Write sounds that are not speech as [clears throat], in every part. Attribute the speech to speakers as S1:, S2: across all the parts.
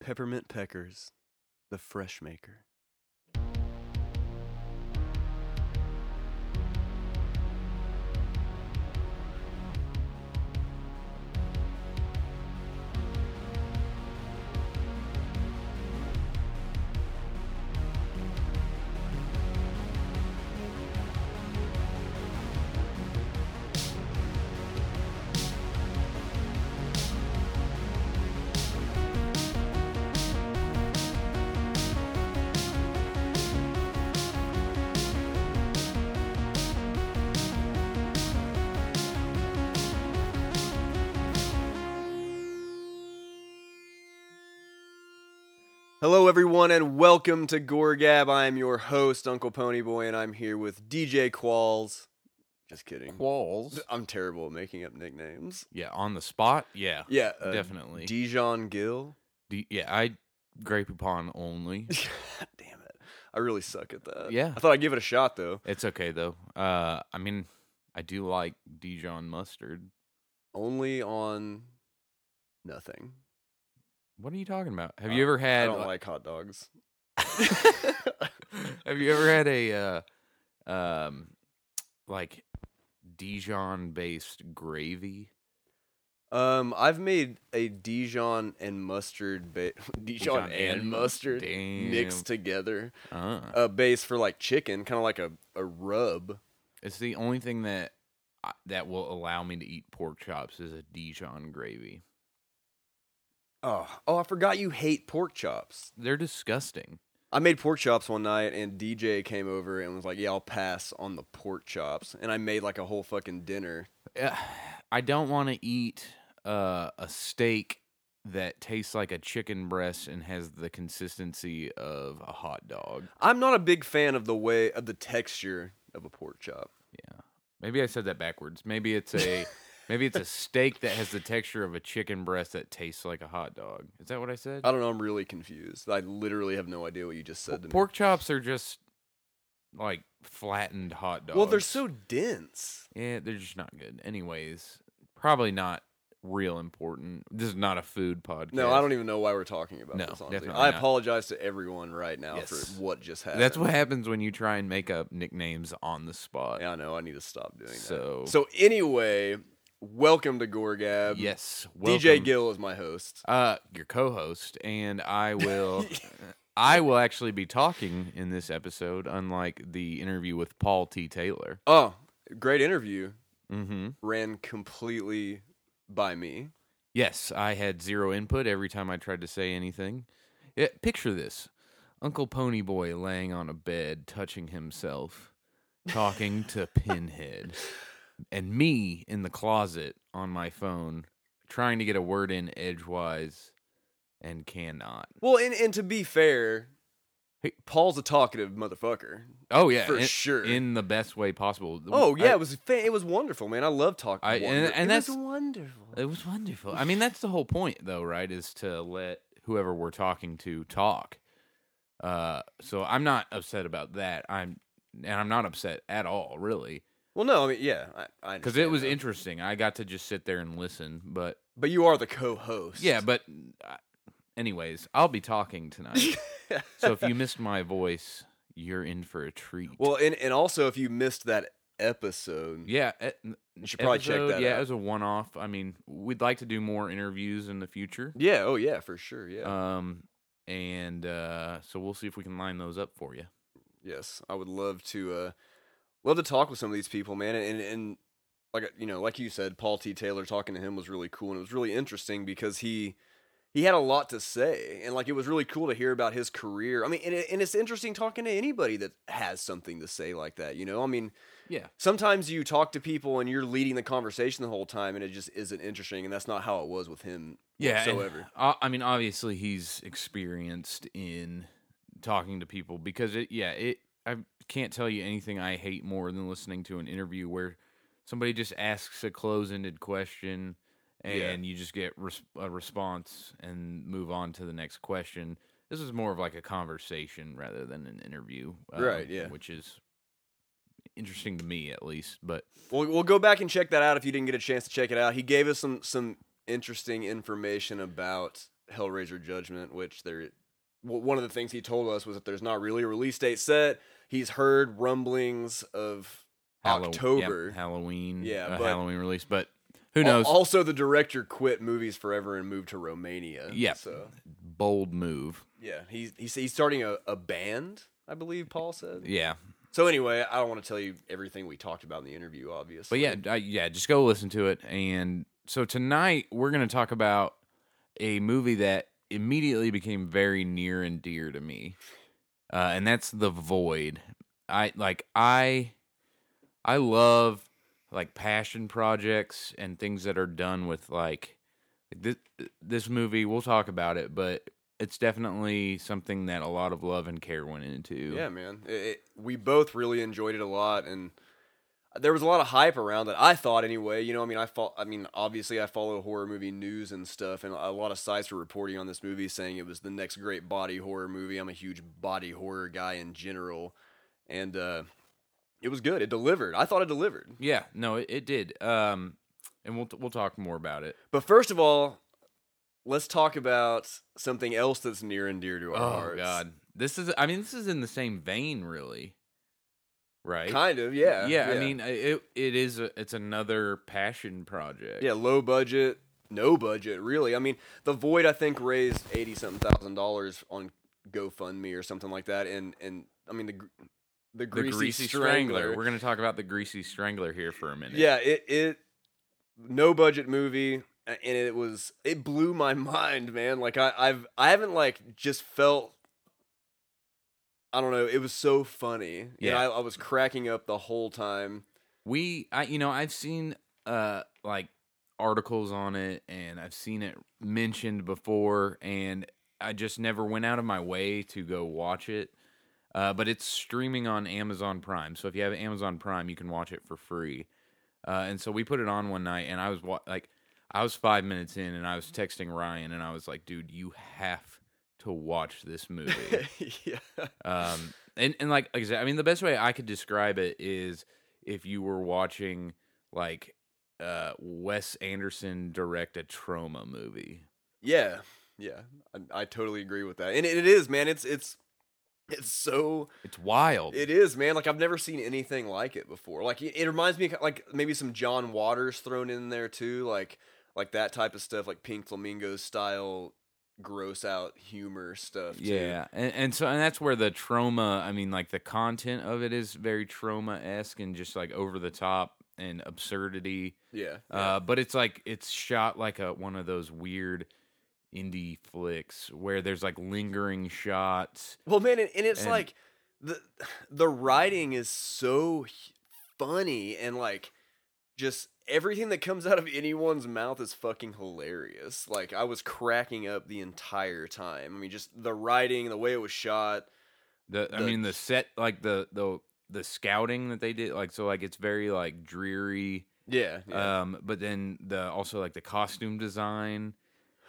S1: Peppermint Peckers, the Fresh Maker. Hello, everyone, and welcome to Gore Gab. I'm your host, Uncle Ponyboy, and I'm here with DJ Qualls. Just kidding.
S2: Qualls.
S1: I'm terrible at making up nicknames.
S2: Yeah, on the spot. Yeah,
S1: Yeah, uh,
S2: definitely.
S1: Dijon
S2: [laughs]
S1: Gill. [laughs]
S2: D- yeah, I grape upon only.
S1: Damn it. I really suck at that.
S2: Yeah.
S1: I thought I'd give it a shot, though.
S2: it's okay though. Uh, I mean, I do like Dijon mustard.
S1: Only on nothing.
S2: What are you talking about? Have
S1: Uh,
S2: you ever
S1: I
S2: had?
S1: don't like hot dogs.
S2: [laughs] have you ever had a, uh, um, like Dijon based gravy?
S1: Um, I've made a Dijon and mustard, ba- [laughs] Dijon, and, mustard
S2: Damn.
S1: mixed together.
S2: Uh,
S1: A base for like chicken, kind of like a, a rub.
S2: it's the only thing that I- that will allow me to eat pork chops is a Dijon gravy.
S1: Oh, oh, I forgot you hate pork chops.
S2: They're disgusting.
S1: I made pork chops one night, and DJ came over and was like, "Yeah, I'll pass on the pork chops." And I made like a whole fucking dinner.
S2: Uh, I don't want to eat uh, a steak that tastes like a chicken breast and has the consistency of a hot dog.
S1: I'm not a big fan of the way of the texture of a pork chop.
S2: Yeah. Maybe I said that backwards. Maybe it's [laughs] a maybe it's a steak that has the texture of a chicken breast that tastes like a hot dog. Is that what I said?
S1: I don't know. I'm really confused. I literally have no idea what you just
S2: Por-
S1: said to
S2: Pork chops are just like flattened hot
S1: me.
S2: dogs.
S1: Well, they're so dense.
S2: Yeah, they're just not good. Anyways, probably not real important. This is not a food podcast.
S1: No, I don't even know why we're talking about
S2: No,
S1: this. Honestly.
S2: definitely
S1: I
S2: not.
S1: apologize to everyone right now
S2: Yes.
S1: for what just happened.
S2: That's what happens when you try and make up nicknames on the spot.
S1: Yeah, I know. I need to stop doing
S2: So-
S1: that. So anyway, welcome to Gore Gab.
S2: Yes.
S1: DJ
S2: welcome.
S1: Gill is my host.
S2: uh, your co-host, and I will, uh, I will actually be talking in this episode, unlike the interview with Paul T. Taylor.
S1: Oh, great interview.
S2: Mm-hmm.
S1: Ran completely by me.
S2: Yes, I had zero input every time I tried to say anything. Yeah, picture this: Uncle Ponyboy laying on a bed, touching himself,
S1: [laughs]
S2: talking to Pinhead, and me in the closet on my phone, trying to get a word in edgewise, and cannot.
S1: Well, and, and to be fair,
S2: Hey.
S1: Paul's a talkative motherfucker.
S2: Oh yeah,
S1: For
S2: in-
S1: sure.
S2: in the best way possible.
S1: Oh yeah,
S2: I-
S1: it was fa- it was wonderful, man. I love talking.
S2: I- and- and
S1: it was
S2: that's- Uh,
S1: wonderful.
S2: it was wonderful. I mean, that's the whole point, though, right? Is to let whoever we're talking to talk. Uh, so I'm not upset about that. I'm, and I'm not upset at all, really,
S1: well, no, I mean, yeah, I
S2: because it was
S1: interesting.
S2: interesting. I got to just sit there and listen, but
S1: But you are the co-host. [laughs]
S2: yeah, but uh, anyways, I'll be talking
S1: [laughs]
S2: tonight. so if you missed my voice, you're in for a treat.
S1: well, and and also if you missed that episode,
S2: Yeah, eh,
S1: you should probably check
S2: episode,
S1: that
S2: Yeah,
S1: out.
S2: as a one-off. I mean, we'd like to do more interviews in the future.
S1: yeah, oh yeah, for sure, yeah,
S2: Um, and uh, so we'll see if we can line those up for you.
S1: yes, I would love to, uh love to talk with some of these people, man, and and. and like you know, like you said, Paul T. Taylor talking to him was really cool, and it was really interesting because he he had a lot to say, and like it was really cool to hear about his career. I mean, and, it, and it's interesting talking to anybody that has something to say like that. You know, I mean,
S2: Yeah,
S1: sometimes you talk to people and you're leading the conversation the whole time, and it just isn't interesting, and that's not how it was with him
S2: yeah. and,
S1: whatsoever.
S2: uh, I mean, obviously, he's experienced in talking to people because it. Yeah, it. I can't tell you anything I hate more than listening to an interview where somebody just asks a close-ended question and
S1: Yeah.
S2: you just get res- a response and move on to the next question. This is more of like a conversation rather than an interview, um,
S1: Right, yeah.
S2: Which is interesting to me, at least. But
S1: Well, we'll go back and check that out if you didn't get a chance to check it out. He gave us some some interesting information about Hellraiser Judgment, which there w- one of the things he told us was that there's not really a release date set. He's heard rumblings of
S2: Hallow- yep,
S1: October.
S2: Halloween,
S1: Yeah,
S2: a
S1: but-
S2: Halloween release. But who knows?
S1: Al- Also, the director quit movies forever and moved to Romania.
S2: Yeah.
S1: So
S2: Bold move.
S1: yeah, he's he's, he's starting a, a band, I believe Paul said.
S2: Yeah,
S1: So anyway, I don't want to tell you everything we talked about in the interview, obviously.
S2: But yeah, I, yeah, just go listen to it. And so tonight we're going to talk about a movie that immediately became very near and dear to me, uh, and that's The Void. I like I I love like passion projects and things that are done with like this this movie. We'll talk about it, but it's definitely something that a lot of love and care went into.
S1: Yeah, man. It, it- we both really enjoyed it a lot, and there was a lot of hype around it. I thought anyway. You know, I mean, I fo- I mean, obviously, I follow horror movie news and stuff, and a lot of sites were reporting on this movie, saying it was the next great body horror movie. I'm a huge body horror guy in general, and uh, it was good. It delivered. I thought it delivered.
S2: yeah, no, it, it did. Um, and we'll we'll talk more about it.
S1: But first of all, let's talk about something else that's near and dear to our hearts.
S2: Oh, god, this is. I mean, this is in the same vein, really. Right?
S1: Kind of, yeah.
S2: yeah. I mean, I- it it is. A, it's another passion project.
S1: Yeah, low budget, no budget, really. I mean, The Void I think raised eighty something thousand dollars on GoFundMe or something like that, and and I mean the gr- the
S2: the
S1: greasy,
S2: greasy, strangler.
S1: strangler.
S2: We're gonna talk about the greasy strangler here for a minute.
S1: yeah, it it no budget movie, a- and it was it blew my [laughs] mind, man. Like I I've I haven't like just felt. I don't know. It was so funny. Yeah,
S2: Yeah.
S1: I, I was cracking up the whole time.
S2: we. I you know I've seen uh like articles on it and I've seen it mentioned before and I just never went out of my way to go watch it. Uh, but it's streaming on Amazon Prime. So if you have Amazon Prime, you can watch it for free. Uh, and so we put it on one night, and I was wa- like, I was five minutes in, and I was texting Ryan, and I was like, dude, you have to watch this movie.
S1: [laughs] yeah.
S2: um, and and like, like I said, I mean, the best way I could describe it is if you were watching like uh, Wes Anderson direct a trauma movie.
S1: Yeah, yeah, I, I totally agree with that, and it, it is, man. It's it's it's so
S2: It's wild.
S1: it is, man. Like I've never seen anything like it before. Like it, it reminds me, of, like maybe some John Waters thrown in there too, like like that type of stuff, like Pink Flamingo style, gross out humor stuff. Too.
S2: Yeah, and, and so and that's where the trauma. I mean, like the content of it is very trauma esque and just like over the top and absurdity.
S1: yeah,
S2: Uh, but it's like it's shot like a one of those weird indie flicks where there's like lingering shots.
S1: Well, man, and, and it's
S2: And-
S1: like the [sighs] the writing is so h- funny and like just everything that comes out of anyone's mouth is fucking hilarious. Like I was cracking up the entire time. I mean, just the writing, the way it was shot.
S2: The, I
S1: The-
S2: mean, the set like the the the scouting that they did like so like it's very like dreary.
S1: Yeah. yeah.
S2: Um, but then the also like the costume design.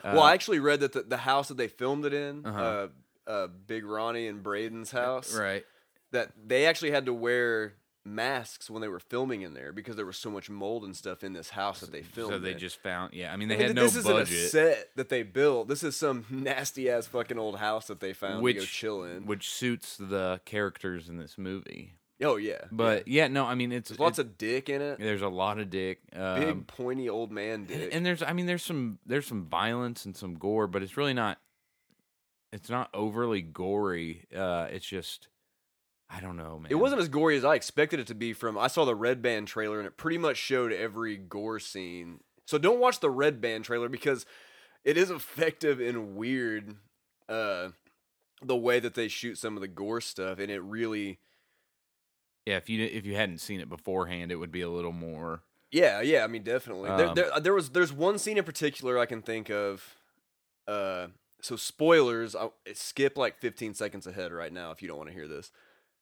S1: well, I actually read that the, the house that they filmed it in, uh
S2: Uh, Uh-huh.
S1: uh, Big Ronnie and Braden's house,
S2: eh, right.
S1: that they actually had to wear masks when they were filming in there because there was so much mold and stuff in this house that they filmed.
S2: So they
S1: in.
S2: just found yeah. I mean, they
S1: I mean, th-
S2: had no
S1: this isn't
S2: budget.
S1: a set that they built. This is some [laughs] nasty ass fucking old house that they found to go
S2: Which-
S1: chill in.
S2: which suits the characters in this movie.
S1: oh yeah,
S2: But yeah, no, I mean it's
S1: there's lots
S2: it's-
S1: of dick in it.
S2: there's a lot of dick, um,
S1: Big pointy old man
S2: and,
S1: dick.
S2: and there's I mean there's some there's some violence and some gore, but it's really not it's not overly gory. Uh, it's just I don't know, man.
S1: it wasn't as gory as I expected it to be. From I saw the Red Band trailer and it pretty much showed every gore scene. So don't watch the Red Band trailer because it is [laughs] effective and weird. Uh, the way that they shoot some of the gore stuff and it really
S2: yeah. If you if you hadn't seen it beforehand, it would be a little more.
S1: Yeah, yeah, I mean definitely.
S2: Um,
S1: there, there, there was there's one scene in particular I can think of. Uh, so spoilers. I, eh, skip like 15 seconds ahead right now if you don't want to hear this.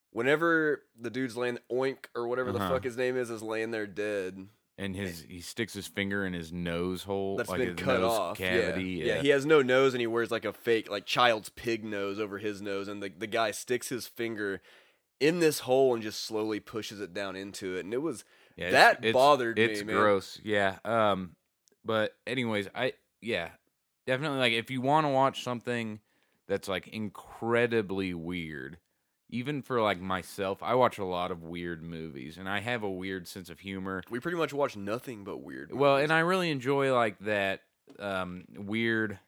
S1: Whenever the dude's laying oink or whatever the
S2: Uh-huh.
S1: fuck his name is is laying there dead,
S2: And his he sticks his finger in his nose hole,
S1: Eh. that's
S2: like
S1: been
S2: his
S1: cut
S2: nose
S1: off.
S2: cavity.
S1: yeah. yeah, he has no nose and he wears like a fake like child's pig nose over his nose, and the the guy sticks his finger in this hole and just slowly pushes it down into it, and it was
S2: Yeah,
S1: That bothered me,
S2: It's
S1: man.
S2: gross. Yeah. Um. But anyways, I yeah. Definitely, like if you want to watch something that's like incredibly weird, even for like myself, I watch a lot of weird movies, and I have a weird sense of humor.
S1: We pretty much watch nothing but weird.
S2: Well,
S1: movies.
S2: and I really enjoy like that um, weird,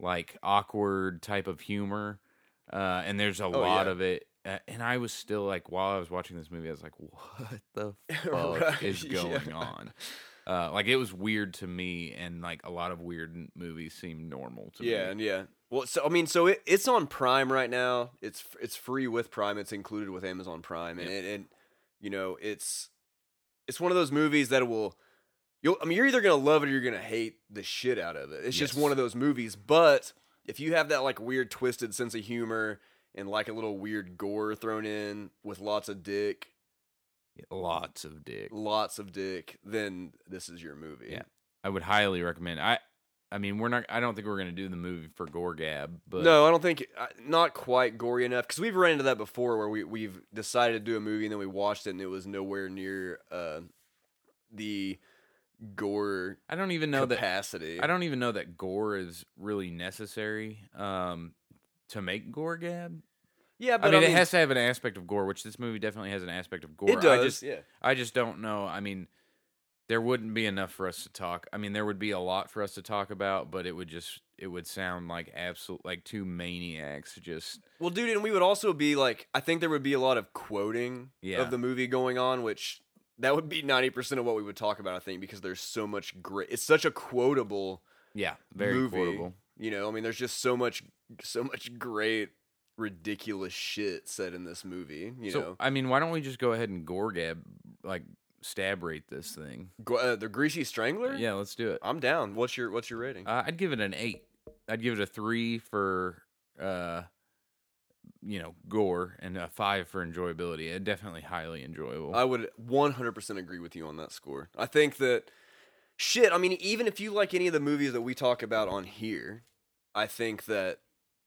S2: like awkward type of humor. Uh, and there's a
S1: Oh,
S2: lot
S1: yeah.
S2: of it. Uh, and I was still like, while I was watching this movie, I was like, what the fuck
S1: [laughs] Right, [laughs]
S2: is
S1: yeah.
S2: going on? Uh, like it was weird to me, and like a lot of weird n- movies seem normal to
S1: yeah,
S2: me.
S1: and yeah. Well, so I mean, so it, it's on Prime right now. It's f- it's free with Prime. It's included with Amazon Prime, and
S2: Yep.
S1: it, and you know it's it's one of those movies that will you'll I mean you're either gonna love it or you're gonna hate the shit out of it. It's just
S2: Yes.
S1: one of those movies. But if you have that like weird twisted sense of humor and like a little weird gore thrown in with lots of dick,
S2: Lots of dick.
S1: lots of dick, then this is your movie.
S2: Yeah. I would highly recommend. I, I mean, we're not. I don't think we're gonna do the movie for Gore Gab, but
S1: no, I don't think I- not quite gory enough because we've run into that before where we we've decided to do a movie and then we watched it and it was nowhere near uh, the gore
S2: I don't even know that
S1: capacity.
S2: I don't even know that gore is really necessary um, to make gore gab.
S1: Yeah,
S2: I
S1: but
S2: mean, it has to have an aspect of gore, which this movie definitely has an aspect of gore.
S1: It does.
S2: I just,
S1: yeah.
S2: I just don't know. I mean, there wouldn't be enough for us to talk. I mean, there would be a lot for us to talk about, but it would just, it would sound like absolute, like two maniacs just.
S1: Well, dude, and we would also be like, I think there would be a lot of quoting
S2: Yeah.
S1: of the movie going on, which that would be ninety percent of what we would talk about. I think because there's so much great. It's such a quotable
S2: Yeah, very
S1: movie.
S2: quotable.
S1: You know, I mean, there's just so much, so much great, ridiculous shit said in this movie. You
S2: so,
S1: know,
S2: I mean, why don't we just go ahead and gore gab, like stab rate this thing?
S1: Gr- uh, the Greasy Strangler.
S2: Yeah, let's do it.
S1: I'm down. What's your What's your rating?
S2: Uh, I'd give it an eight. I'd give it a three for, uh, you know, gore and a five for enjoyability. Uh, definitely highly enjoyable.
S1: I would 100% agree with you on that score. I think that shit, I mean even if you like any of the movies that we talk about on here, I think that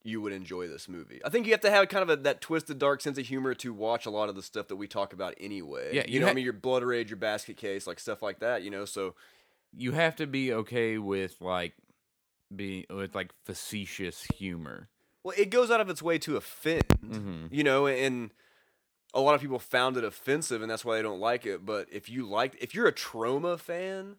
S1: you would enjoy this movie. I think you have to have kind of a, that twisted dark sense of humor to watch a lot of the stuff that we talk about anyway.
S2: Yeah,
S1: you,
S2: you
S1: know, what I
S2: ha-
S1: mean your blood rage, your basket case, like stuff like that, you know. So
S2: you have to be okay with like being with like facetious humor.
S1: well, it goes out of its way to offend.
S2: Mm-hmm.
S1: you know and a lot of people found it offensive and that's why they don't like it but if you like if you're a trauma fan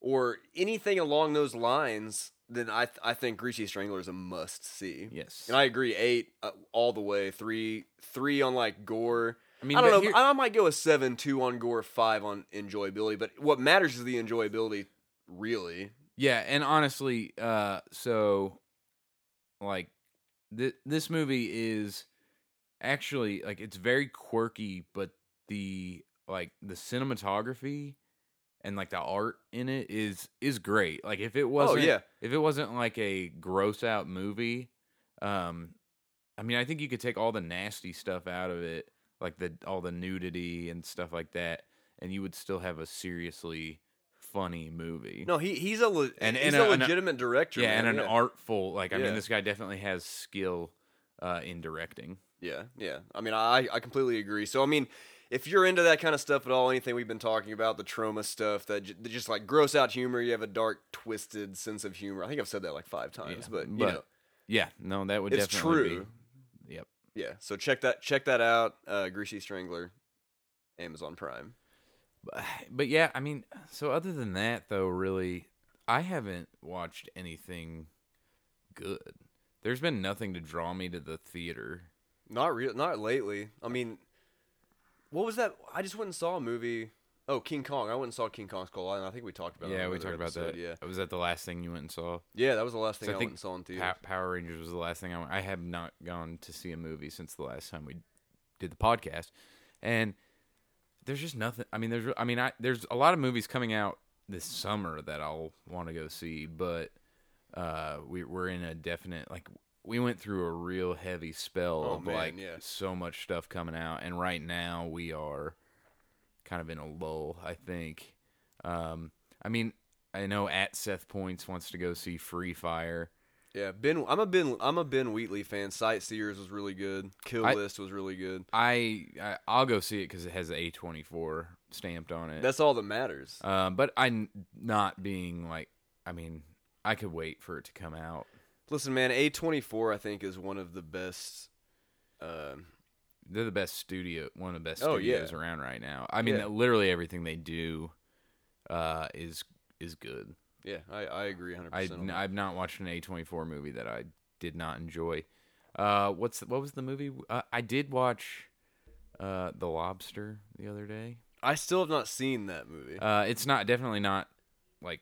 S1: or anything along those lines then i th- i think greasy strangler is a must see
S2: Yes.
S1: and i agree eight uh, all the way three three on like gore i,
S2: mean,
S1: don't know
S2: but here-
S1: i might go a seven two on gore five on enjoyability but what matters is the enjoyability really
S2: Yeah, and honestly, uh, so like th- this movie is actually like it's very quirky, but the like the cinematography and like the art in it is is great. Like if it wasn't
S1: oh yeah
S2: if it wasn't like a gross out movie, um, I mean, I think you could take all the nasty stuff out of it, like the all the nudity and stuff like that, and you would still have a seriously funny movie.
S1: no he he's a le-
S2: And-
S1: he's
S2: and
S1: a,
S2: a- and a-
S1: legitimate director
S2: Yeah,
S1: man,
S2: and an
S1: yeah.
S2: artful like I
S1: Yeah.
S2: mean this guy definitely has skill uh in directing.
S1: Yeah, yeah. I mean, I I completely agree. So I mean, if you're into that kind of stuff at all, anything we've been talking about, the trauma stuff, that, j- that just like gross out humor, you have a dark, twisted sense of humor. I think I've said that like five times,
S2: Yeah,
S1: but you
S2: but
S1: know,
S2: Yeah, no, that would
S1: It's
S2: definitely
S1: true.
S2: be Yep.
S1: yeah. So check that check that out. Uh, Greasy Strangler, Amazon Prime.
S2: But- [sighs] But yeah, I mean, so other than that though, really I haven't watched anything good. There's been nothing to draw me to the theater.
S1: Not real, not lately. I mean, what was that? I just went and saw a movie. Oh, King Kong. I went and saw King Kong Skull Island. I think we talked about. it
S2: yeah,
S1: on
S2: we
S1: another
S2: talked about
S1: episode,
S2: that.
S1: Yeah,
S2: Was that the last thing you went and saw?
S1: yeah. That was the last thing
S2: So I
S1: I,
S2: think
S1: went and saw in theaters.
S2: Pa- Power Rangers was the last thing I went. I have not gone to see a movie since the last time we did the podcast, and there's just nothing. I mean, there's I mean, I there's a lot of movies coming out this summer that I'll want to go see, but uh, we we're in a definite like we went through a real heavy spell
S1: Oh,
S2: of
S1: man,
S2: like
S1: yeah.
S2: so much stuff coming out, and right now we are kind of in a lull. I think. Um, I mean, I know at Seth Points wants to go see Free Fire.
S1: Yeah, Ben. I'm a Ben. I'm a Ben Wheatley fan. Sightseers was really good. Kill
S2: I-
S1: List was really good.
S2: I, I I'll go see it because it has a twenty four stamped on it. Uh,
S1: That's all that matters.
S2: um, but I'm not being like I mean I could wait for it to come out.
S1: Listen, man, A24 I think is one of the best. Um,
S2: They're the best studio, one of the best
S1: Oh, yeah.
S2: studios around right now. I mean,
S1: Yeah.
S2: literally everything they do uh, is is good.
S1: yeah, I, I agree 100.
S2: I
S1: percent on that.
S2: I've not watched an A24 movie that I did not enjoy. Uh, what's what was the movie? Uh, I did watch uh, The Lobster the other day.
S1: I still have not seen that movie.
S2: Uh, it's not definitely not like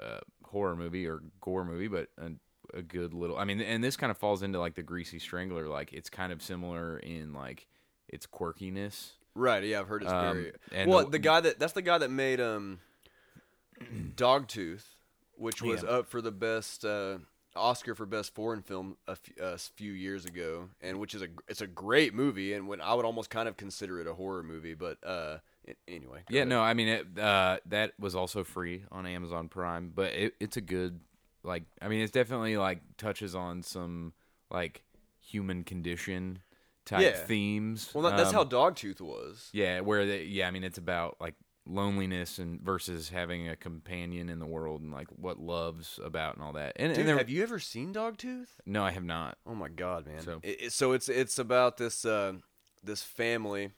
S2: a horror movie or gore movie, but a, a good little. I mean, and this kind of falls into like the Greasy Strangler. Like it's kind of similar in like its quirkiness.
S1: right? Yeah, I've heard it's
S2: um,
S1: very.
S2: and
S1: Well,
S2: the-
S1: the, guy that that's the guy that made um, Dogtooth, which was
S2: Yeah.
S1: up for the best uh, Oscar for best foreign film a f- a s- few years ago, and which is a it's a great movie, and when I would almost kind of consider it a horror movie, but uh, a- anyway. go
S2: Yeah,
S1: ahead.
S2: no, I mean it, uh, that was also free on Amazon Prime, but it, it's a good like. I mean, it's definitely like touches on some like human condition type
S1: Yeah.
S2: themes.
S1: Well, that, that's
S2: Um,
S1: how Dogtooth was.
S2: Yeah, where they, yeah, I mean it's about like loneliness and versus having a companion in the world and like what love's about and all that. And,
S1: Dude,
S2: and there,
S1: have you ever seen Dogtooth?
S2: no, I have not.
S1: Oh my god, man!
S2: So-
S1: So, it, it- so it's it's about this uh, this family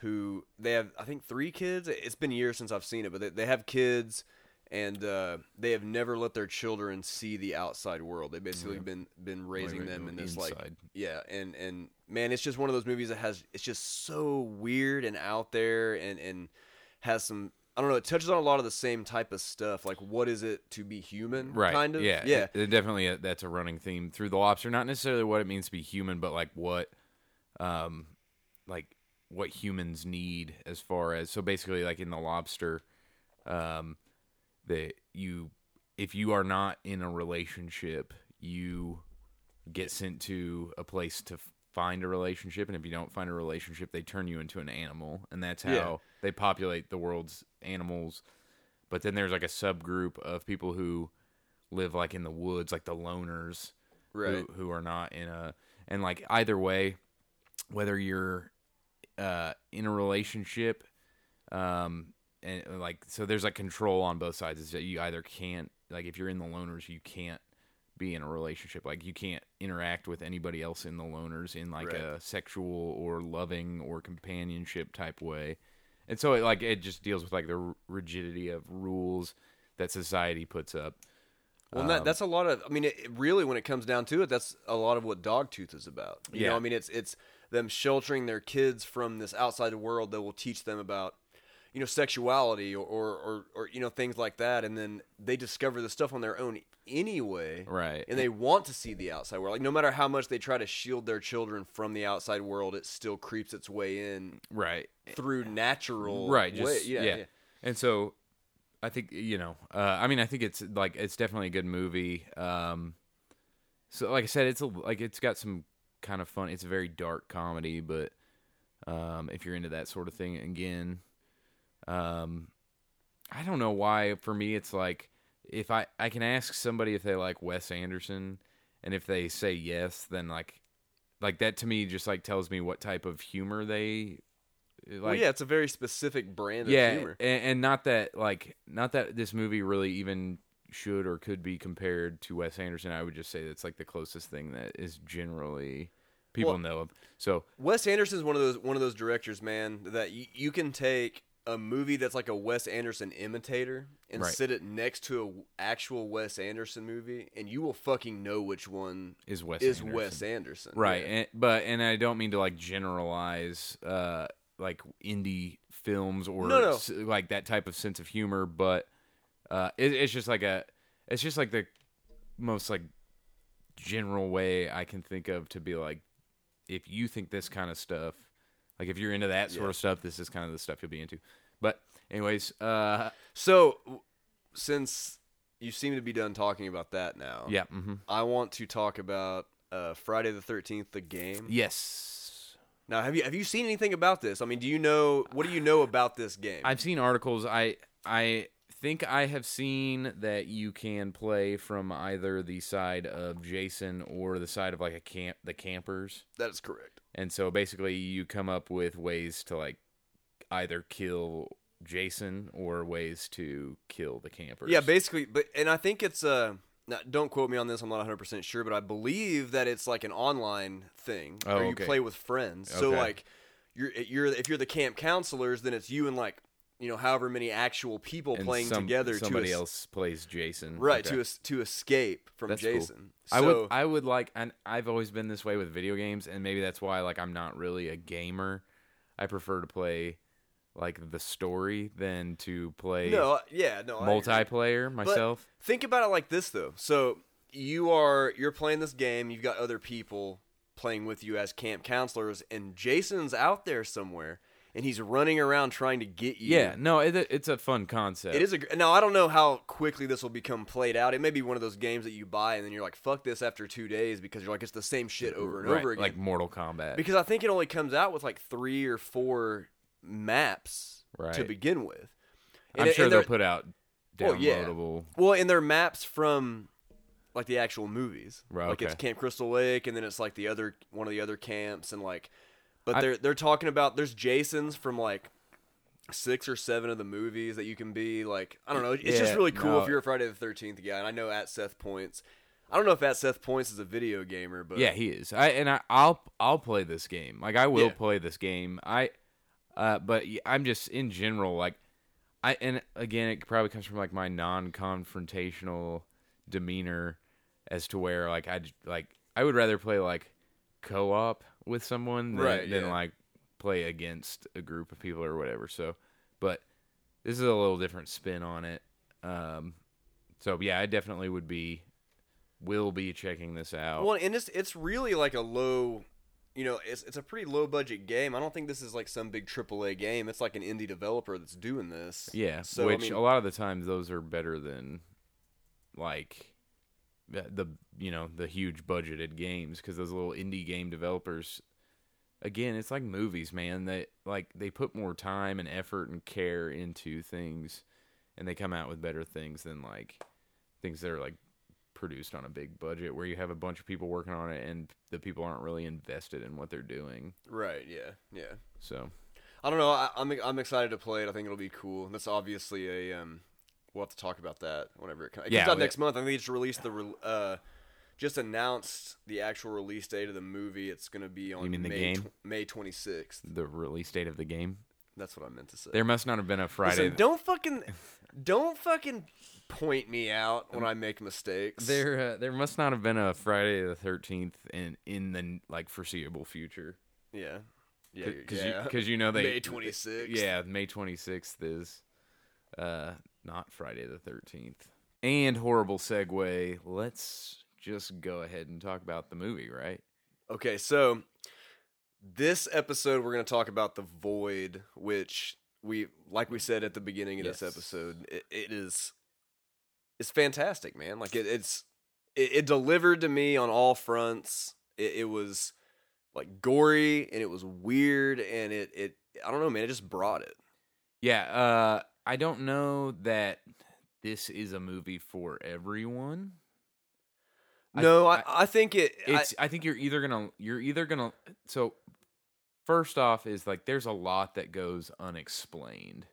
S1: who they have I think three kids. It's been years since I've seen it, but they, they have kids and uh, they have never let their children see the outside world. They've basically
S2: Yeah.
S1: been been raising
S2: Like,
S1: them in this like
S2: inside.
S1: yeah, and and man, it's just one of those movies that has it's just so weird and out there and and has some I don't know, it touches on a lot of the same type of stuff like what is it to be human
S2: right
S1: kind of
S2: yeah
S1: yeah.
S2: it- it definitely a, that's a running theme through the lobster not necessarily what it means to be human but like what um like what humans need as far as so basically like in the lobster um that you if you are not in a relationship you get sent to a place to f- find a relationship and if you don't find a relationship they turn you into an animal and that's how
S1: Yeah.
S2: they populate the world's animals but then there's like a subgroup of people who live like in the woods like the loners
S1: right.
S2: who, who are not in a and like either way whether you're uh in a relationship um and uh, like so there's like control on both sides is that you either can't like if you're in the loners you can't be in a relationship like you can't interact with anybody else in the loners in like
S1: Right.
S2: a sexual or loving or companionship type way and so it like it just deals with like the r- rigidity of rules that society puts up
S1: Well, and that,
S2: Um,
S1: that's a lot of. I mean, it, it really, when it comes down to it, that's a lot of what Dogtooth is about. You
S2: Yeah.
S1: know, I mean, it's it's them sheltering their kids from this outside world that will teach them about, you know, sexuality or or, or, or you know things like that, and then they discover the stuff on their own anyway.
S2: right
S1: And they want to see the outside world. Like no matter how much they try to shield their children from the outside world, it still creeps its way in
S2: right
S1: through natural
S2: right
S1: way-
S2: just yeah,
S1: yeah.
S2: and so i think you know uh, i mean i think it's like it's definitely a good movie um so like i said it's a, like it's got some kind of fun it's a very dark comedy but um if you're into that sort of thing again um i don't know why for me it's like if i i can ask somebody if they like wes anderson and if they say yes then like like that to me just like tells me what type of humor they like
S1: well, yeah, it's a very specific brand of
S2: yeah,
S1: humor.
S2: And, and not that like not that this movie really even should or could be compared to Wes Anderson. I would just say that's like the closest thing that is generally people
S1: Well-
S2: know of. So
S1: Wes Anderson's one of those one of those directors, man, that you, you can take a movie that's like a Wes Anderson imitator and
S2: Right.
S1: sit it next to a w- actual Wes Anderson movie, and you will fucking know which one
S2: is Wes
S1: is
S2: Anderson.
S1: Wes Anderson,
S2: right?
S1: Yeah.
S2: And, but and I don't mean to like generalize uh like indie films or
S1: No, no.
S2: s- like that type of sense of humor, but uh it, it's just like a it's just like the most like general way I can think of to be like if you think this kind of stuff, like if you're into that sort
S1: Yeah.
S2: of stuff, this is kind of the stuff you'll be into. But anyways, uh
S1: So, w- since you seem to be done talking about that now,
S2: yeah, hmm
S1: I want to talk about uh, Friday the Thirteenth, the game.
S2: yes.
S1: Now, have you have you seen anything about this? I mean, do you know what do you know about this game?
S2: I've seen articles. I I think I have seen that you can play from either the side of Jason or the side of like a camp the campers.
S1: that is correct.
S2: And so basically you come up with ways to like either kill Jason or ways to kill the campers.
S1: Yeah, basically, but and I think it's uh now, don't quote me on this. I'm not 100 percent sure, but I believe that it's like an online thing
S2: Oh,
S1: where you
S2: okay.
S1: play with friends. So
S2: Okay.
S1: like, you're you're if you're the camp counselors, then it's you and like you know however many actual people
S2: And
S1: playing
S2: some-
S1: together.
S2: Somebody
S1: to es-
S2: else plays Jason.
S1: right
S2: Okay.
S1: to es- to escape from
S2: That's cool.
S1: Jason.
S2: I
S1: So,
S2: would I would like and I've always been this way with video games and maybe that's why like I'm not really a gamer. I prefer to play like the story than to play
S1: no, yeah, no, I agree.
S2: multiplayer myself.
S1: Think about it like this though. So you are you're playing this game, you've got other people playing with you as camp counselors and Jason's out there somewhere and he's running around trying to get you.
S2: yeah, no, it, it's a fun concept.
S1: It is a gr- now I don't know how quickly this will become played out. It may be one of those games that you buy and then you're like fuck this after 2 days because you're like it's the same shit over and
S2: Right,
S1: over again.
S2: like Mortal Kombat.
S1: because I think it only comes out with like 3 or 4 maps to
S2: Right.
S1: begin with.
S2: I'm
S1: it-
S2: sure
S1: they're-
S2: they'll put out
S1: Well, yeah.
S2: downloadable.
S1: Well, and they're maps from like the actual movies.
S2: Right,
S1: Like it's
S2: okay.
S1: Camp Crystal Lake, and then it's like the other one of the other camps, and like, but
S2: I-
S1: they're they're talking about there's Jasons from like six or seven of the movies that you can be like. I don't know. It's just
S2: Yeah,
S1: really cool
S2: no.
S1: if you're a Friday the Thirteenth guy. And I know at Seth Points. I don't know if at Seth Points is a video gamer, but
S2: Yeah, he is. I and I, I'll I'll play this game. Like I will
S1: Yeah.
S2: play this game. I, uh, but y- I'm just in general like, I and again it probably comes from like my non-confrontational demeanor, as to where like I j- like I would rather play like co-op with someone than,
S1: Right,
S2: than
S1: yeah.
S2: like play against a group of people or whatever. So, but this is a little different spin on it. Um, so yeah, I definitely would be. Will be checking this out.
S1: Well, and it's it's really like a low, you know, it's it's a pretty low budget game. I don't think this is like some big AAA game. It's like an indie developer that's doing this.
S2: Yeah,
S1: So, I
S2: which
S1: mean-
S2: a lot of the times those are better than like the, the you know the huge budgeted games because those little indie game developers again it's like movies man they like they put more time and effort and care into things and they come out with better things than like things that are like produced on a big budget where you have a bunch of people working on it and the people aren't really invested in what they're doing
S1: Right. Yeah. Yeah.
S2: so
S1: I don't know. I, I'm I'm excited to play it. I think it'll be cool. And that's obviously a um. We'll have to talk about that whenever it comes. It
S2: Yeah,
S1: comes out
S2: we-
S1: next month. I think they just released the re- uh, just announced the actual release date of the movie. It's gonna be on
S2: mean the
S1: May
S2: game?
S1: tw- May 26th.
S2: the release date of the game
S1: That's what I meant to say.
S2: there must not have been a friday
S1: Listen, don't
S2: [laughs]
S1: fucking don't fucking point me out when I make mistakes.
S2: There, uh, there must not have been a Friday the Thirteenth in in the like foreseeable future,
S1: Yeah. Yeah.
S2: because
S1: yeah.
S2: you, 'cause you know they
S1: May 26th.
S2: Yeah, May twenty sixth is uh not Friday the Thirteenth. And horrible segue. Let's just go ahead and talk about the movie, right?
S1: Okay, so this episode we're going to talk about the void, which we, like we said at the beginning of this
S2: Yes.
S1: episode, it, it is, it's fantastic, man. Like it, it's, it, it delivered to me on all fronts. It, it was like gory and it was weird and it, it, I don't know, man. It just brought it.
S2: Yeah. Uh, I don't know that this is a movie for everyone. I-
S1: No, I, I,
S2: I-
S1: think it. I-
S2: it's I, think you're either gonna you're either gonna so first off is like there's a lot that goes unexplained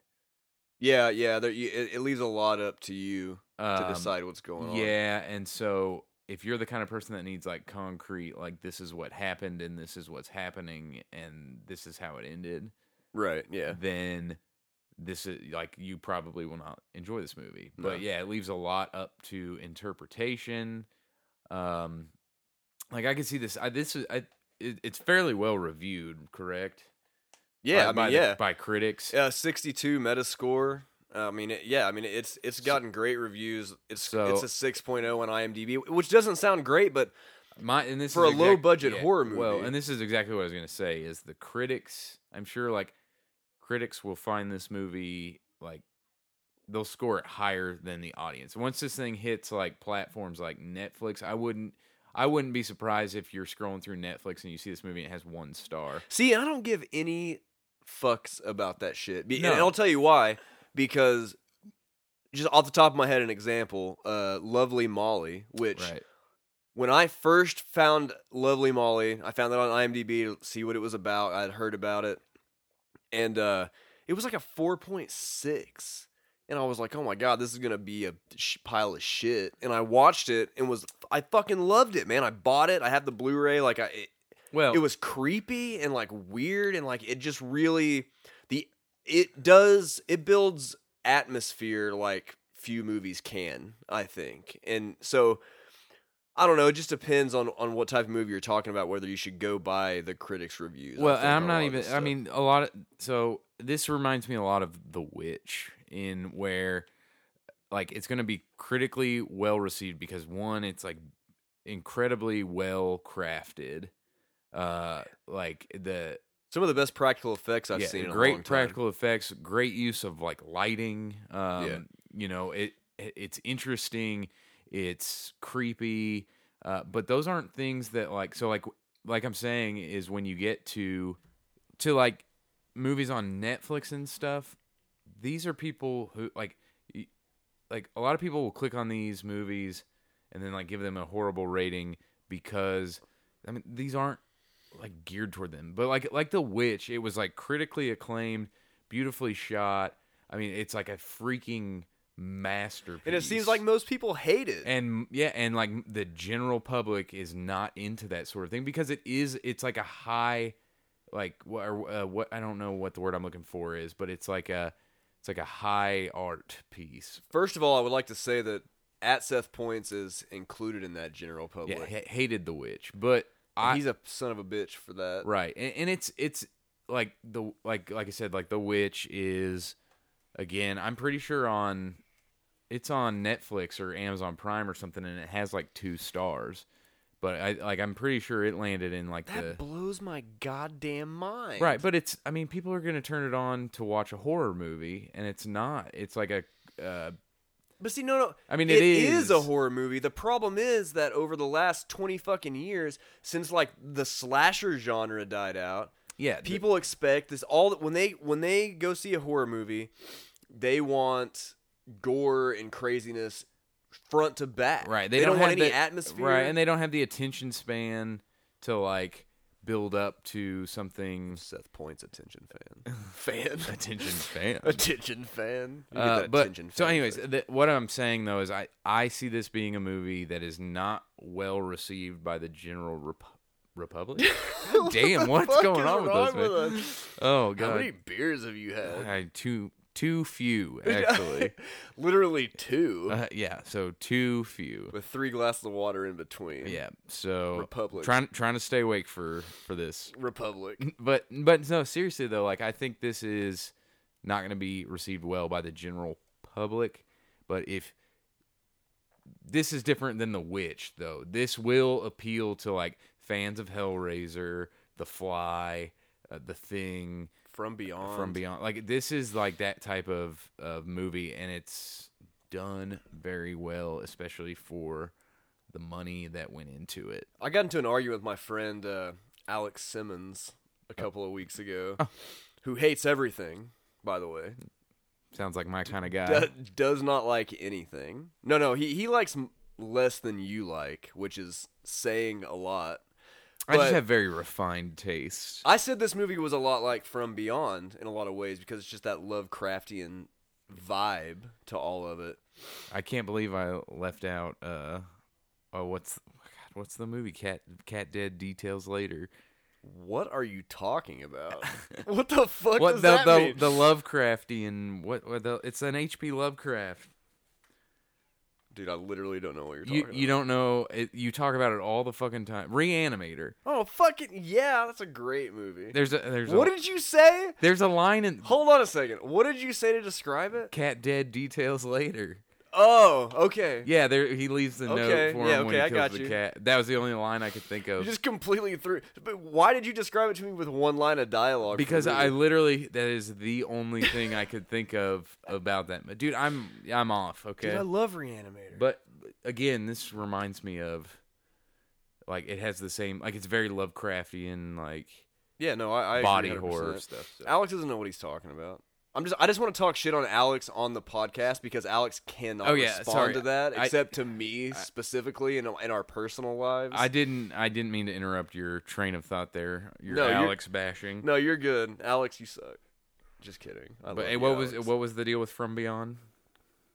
S1: yeah, yeah. There, you, it, it leaves a lot up to you to
S2: Um,
S1: decide what's going on.
S2: yeah and so if you're the kind of person that needs like concrete like this is what happened and this is what's happening and this is how it ended
S1: Right. Yeah.
S2: then this is like you probably will not enjoy this movie.
S1: No.
S2: But yeah, it leaves a lot up to interpretation. Um, like I can see this. I this is I. It, it's fairly well reviewed, correct?
S1: Yeah.
S2: by,
S1: I mean,
S2: by the-
S1: yeah.
S2: by critics.
S1: Yeah, 62 Uh, Metascore. I mean, it, yeah, I mean it's it's gotten great reviews. It's
S2: So-
S1: it's a 6.0 on IMDb, which doesn't sound great, but
S2: My and this
S1: For
S2: is
S1: a low-budget horror
S2: Well,
S1: movie.
S2: and this is exactly what I was going to say is the critics. I'm sure like critics will find this movie like they'll score it higher than the audience. Once this thing hits like platforms like Netflix, I wouldn't I wouldn't be surprised if you're scrolling through Netflix and you see this movie and it has one star.
S1: see, I don't give any fucks about that shit. Be- And
S2: No.
S1: I'll tell you why because just off the top of my head an example, uh Lovely Molly, which
S2: Right.
S1: when I first found Lovely Molly, I found that on IMDb to see what it was about. I'd heard about it, and uh, it was like a four point six. and I was like, "Oh my god, this is gonna be a sh- pile of shit." And I watched it and was I fucking loved it, man. I bought it. I have the Blu-ray. Like I, it,
S2: Well,
S1: it was creepy and like weird and like it just really the it does it builds atmosphere like few movies can i think and so i don't know it just depends on on what type of movie you're talking about whether you should go by the critics reviews I
S2: Well,
S1: think,
S2: and I'm
S1: on a lot
S2: not
S1: of
S2: even.
S1: this
S2: I
S1: stuff.
S2: mean, a lot of. So this reminds me a lot of The Witch, in where, like, it's going to be critically well received because one, it's like incredibly well crafted. Uh, like the
S1: some of the best practical effects i've
S2: yeah,
S1: seen in a
S2: great
S1: long time.
S2: practical effects, great use of like lighting. Um,
S1: Yeah.
S2: you know, it it- it's interesting, it's creepy, uh, but those aren't things that like so like like I'm saying is when you get to to like movies on Netflix and stuff, these are people who like y- like a lot of people will click on these movies and then like give them a horrible rating because I mean these aren't like geared toward them. But like like The Witch, it was like critically acclaimed, beautifully shot. I mean, it's like a freaking masterpiece.
S1: and it seems like most people hate it
S2: and yeah, and like the general public is not into that sort of thing because it is it's like a high like wh- or, uh, what I don't know what the word I'm looking for is, but it's like a it's like a high art piece.
S1: first of all i would like to say that at seth points is included in that general public
S2: Yeah, ha- hated The Witch, but
S1: And
S2: I
S1: he's a son of a bitch for that
S2: [laughs] right and, and it's it's like the like like i said like the witch is again i'm pretty sure on it's on netflix or amazon prime or something and it has like two stars but i like i'm pretty sure it landed in like
S1: that
S2: the
S1: blows my goddamn mind
S2: right but it's i mean people are gonna turn it on to watch a horror movie and it's not it's like a uh,
S1: But see, no, no.
S2: I mean, it
S1: it is. a
S2: is.
S1: horror movie. The problem is that over the last twenty fucking years, since like the slasher genre died out,
S2: yeah th-
S1: people expect this all that when they when they go see a horror movie, they want gore and craziness front to back.
S2: right
S1: They, don't,
S2: have
S1: want any
S2: the-
S1: atmosphere.
S2: right and they don't have the attention span to like build up to
S1: [laughs]
S2: something
S1: Seth Point's attention
S2: [laughs]
S1: fan. fan.
S2: attention span
S1: [laughs] attention fan. You get
S2: Uh,
S1: that
S2: but
S1: attention
S2: so,
S1: fan
S2: anyways,
S1: first.
S2: th- what I'm saying though is I I see this being a movie that is not well received by the general rep-
S1: [laughs]
S2: republic. [laughs] Damn,
S1: What the
S2: what's
S1: fuck
S2: going
S1: is
S2: on with
S1: wrong
S2: those? man?
S1: with us?
S2: Oh
S1: How
S2: god,
S1: many beers have you had? [laughs]
S2: I, too too few actually.
S1: Literally two.
S2: uh, yeah, so too few.
S1: with three glasses of water in between.
S2: Yeah, so
S1: Republic.
S2: trying trying to stay awake for for this.
S1: Republic.
S2: but but no seriously though like i think this is not going to be received well by the general public but if this is different than the witch though this will appeal to like fans of hellraiser the fly uh, the thing
S1: From beyond.
S2: from beyond like this is like that type of of movie and it's done very well especially for the money that went into it
S1: I got into an argument with my friend uh, Alex Simmons a
S2: Oh.
S1: couple of weeks ago, who hates everything, by the way.
S2: sounds like my kind of guy
S1: Do- does not like anything. No, no, he, he likes m- less than you like, which is saying a lot.
S2: i just
S1: but-
S2: have very refined taste
S1: I said this movie was a lot like From Beyond in a lot of ways because it's just that Lovecraftian vibe to all of it.
S2: I can't believe I left out. Uh, oh, what's oh my God, what's the movie? Cat Cat Dead details later.
S1: What are you talking about?
S2: [laughs]
S1: what the fuck
S2: what
S1: does
S2: the
S1: that
S2: the,
S1: mean?
S2: the Lovecraftian? What, what the? It's an H.P. Lovecraft.
S1: Dude, I literally don't know what you're talking
S2: You
S1: about.
S2: you don't know. It, you talk about it all the fucking time. Reanimator.
S1: Oh fucking yeah, that's a great movie.
S2: There's a there's
S1: what
S2: a
S1: did you say?
S2: there's a line in
S1: Hold on a second. What did you say to describe it?
S2: Cat Dead details later.
S1: Oh, okay.
S2: Yeah, there he leaves the
S1: Okay,
S2: note for him
S1: yeah,
S2: when
S1: okay,
S2: he
S1: I
S2: kills
S1: got
S2: the
S1: you.
S2: cat. That was the only line I could think
S1: You
S2: of.
S1: just completely threw. But why did you describe it to me with one line of dialogue?
S2: because
S1: for
S2: I
S1: me?
S2: literally that
S1: [laughs]
S2: is the only thing I could think of about that. But dude, I'm I'm off. Okay,
S1: dude, I love Reanimator.
S2: But again, this reminds me of like it has the same like it's very Lovecraftian like
S1: yeah, no, I, I agree
S2: body
S1: 100%.
S2: horror stuff. so-
S1: Alex doesn't know what he's talking about. I'm just. I just want to talk shit on Alex on the podcast because Alex cannot
S2: Oh, yeah,
S1: respond
S2: sorry.
S1: to that
S2: I-
S1: except to me specifically and in our personal lives.
S2: I didn't I didn't mean to interrupt your train of thought there. Your
S1: No, you're-
S2: Alex bashing.
S1: no, you're good, Alex. You suck. Just kidding. I
S2: but
S1: love
S2: hey,
S1: you,
S2: what was
S1: Alex.
S2: what was the deal with From Beyond?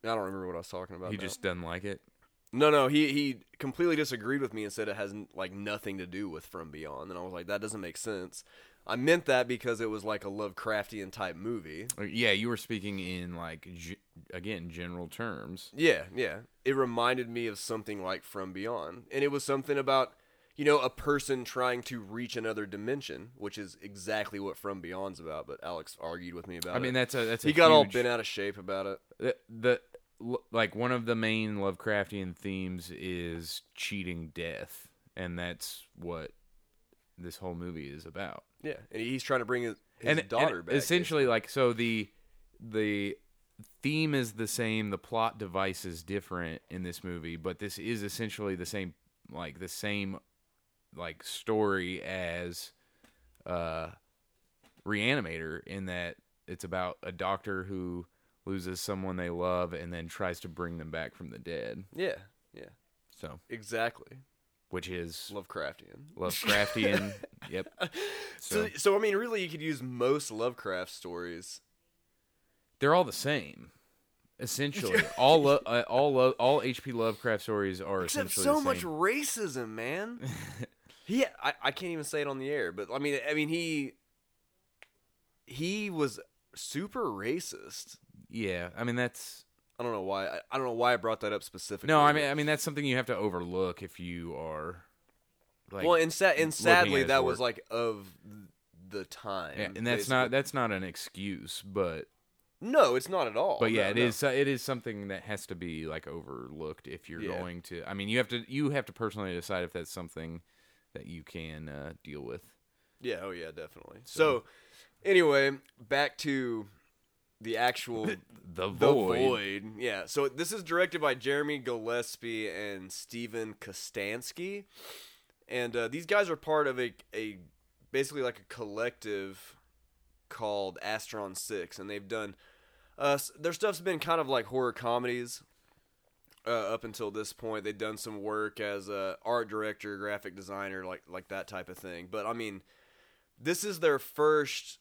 S1: I don't remember what I was talking about.
S2: He
S1: now.
S2: just doesn't like it.
S1: no, no. He he completely disagreed with me and said it has n- like nothing to do with From Beyond, and I was like, that doesn't make sense. I meant that because it was like a Lovecraftian type movie.
S2: Or- Yeah, you were speaking in like ge- again general terms.
S1: Yeah, yeah. It reminded me of something like From Beyond. And it was something about, you know, a person trying to reach another dimension, which is exactly what From Beyond's about, but Alex argued with me about
S2: I mean,
S1: it.
S2: that's a that's a
S1: he got all
S2: huge-
S1: bent out of shape about it.
S2: the, the l- like one of the main Lovecraftian themes is cheating death, and that's what this whole movie is about.
S1: Yeah. And he's trying to bring his, his
S2: and
S1: daughter
S2: and
S1: back.
S2: Essentially, like so the the theme is the same, the plot device is different in this movie, but this is essentially the same like the same like story as uh Reanimator in that it's about a doctor who loses someone they love and then tries to bring them back from the dead.
S1: Yeah, yeah.
S2: So,
S1: Exactly.
S2: which is
S1: Lovecraftian. [laughs]
S2: Lovecraftian. yep.
S1: So,
S2: So-
S1: so, I mean, really, you could use most Lovecraft stories.
S2: they're all the same
S1: [laughs]
S2: essentially all lo- uh, all lo- all hp lovecraft stories are
S1: Except
S2: essentially
S1: so
S2: the
S1: much
S2: same.
S1: racism, man. He, I, I can't even say it on the air, but I mean, I mean, he, he was super racist.
S2: [laughs] yeah i mean that's
S1: I don't know why. I, I don't know why I brought that up specifically.
S2: no i mean i mean that's something you have to overlook if you are like
S1: well, and, sa- and
S2: at
S1: sadly,
S2: his
S1: that was
S2: work.
S1: like of the time,
S2: yeah, and that's not
S1: basically.
S2: that's not an excuse but
S1: No, it's not at all.
S2: but yeah
S1: Oh, no,
S2: it
S1: no.
S2: is it is something that has to be like overlooked if you're
S1: Yeah.
S2: going to i mean you have to you have to personally decide if that's something that you can uh, deal with
S1: Yeah. Oh yeah, definitely. So,
S2: So-
S1: anyway, back to the actual
S2: [laughs] the void,
S1: The Void. Yeah. So this is directed by Jeremy Gillespie and Steven Kostansky. And uh, these guys are part of a, a basically like a collective called Astron 6. And they've done, uh, s- their stuff's been kind of like horror comedies uh, up until this point. They've done some work as a art director, graphic designer, like, like that type of thing. But I mean, this is their first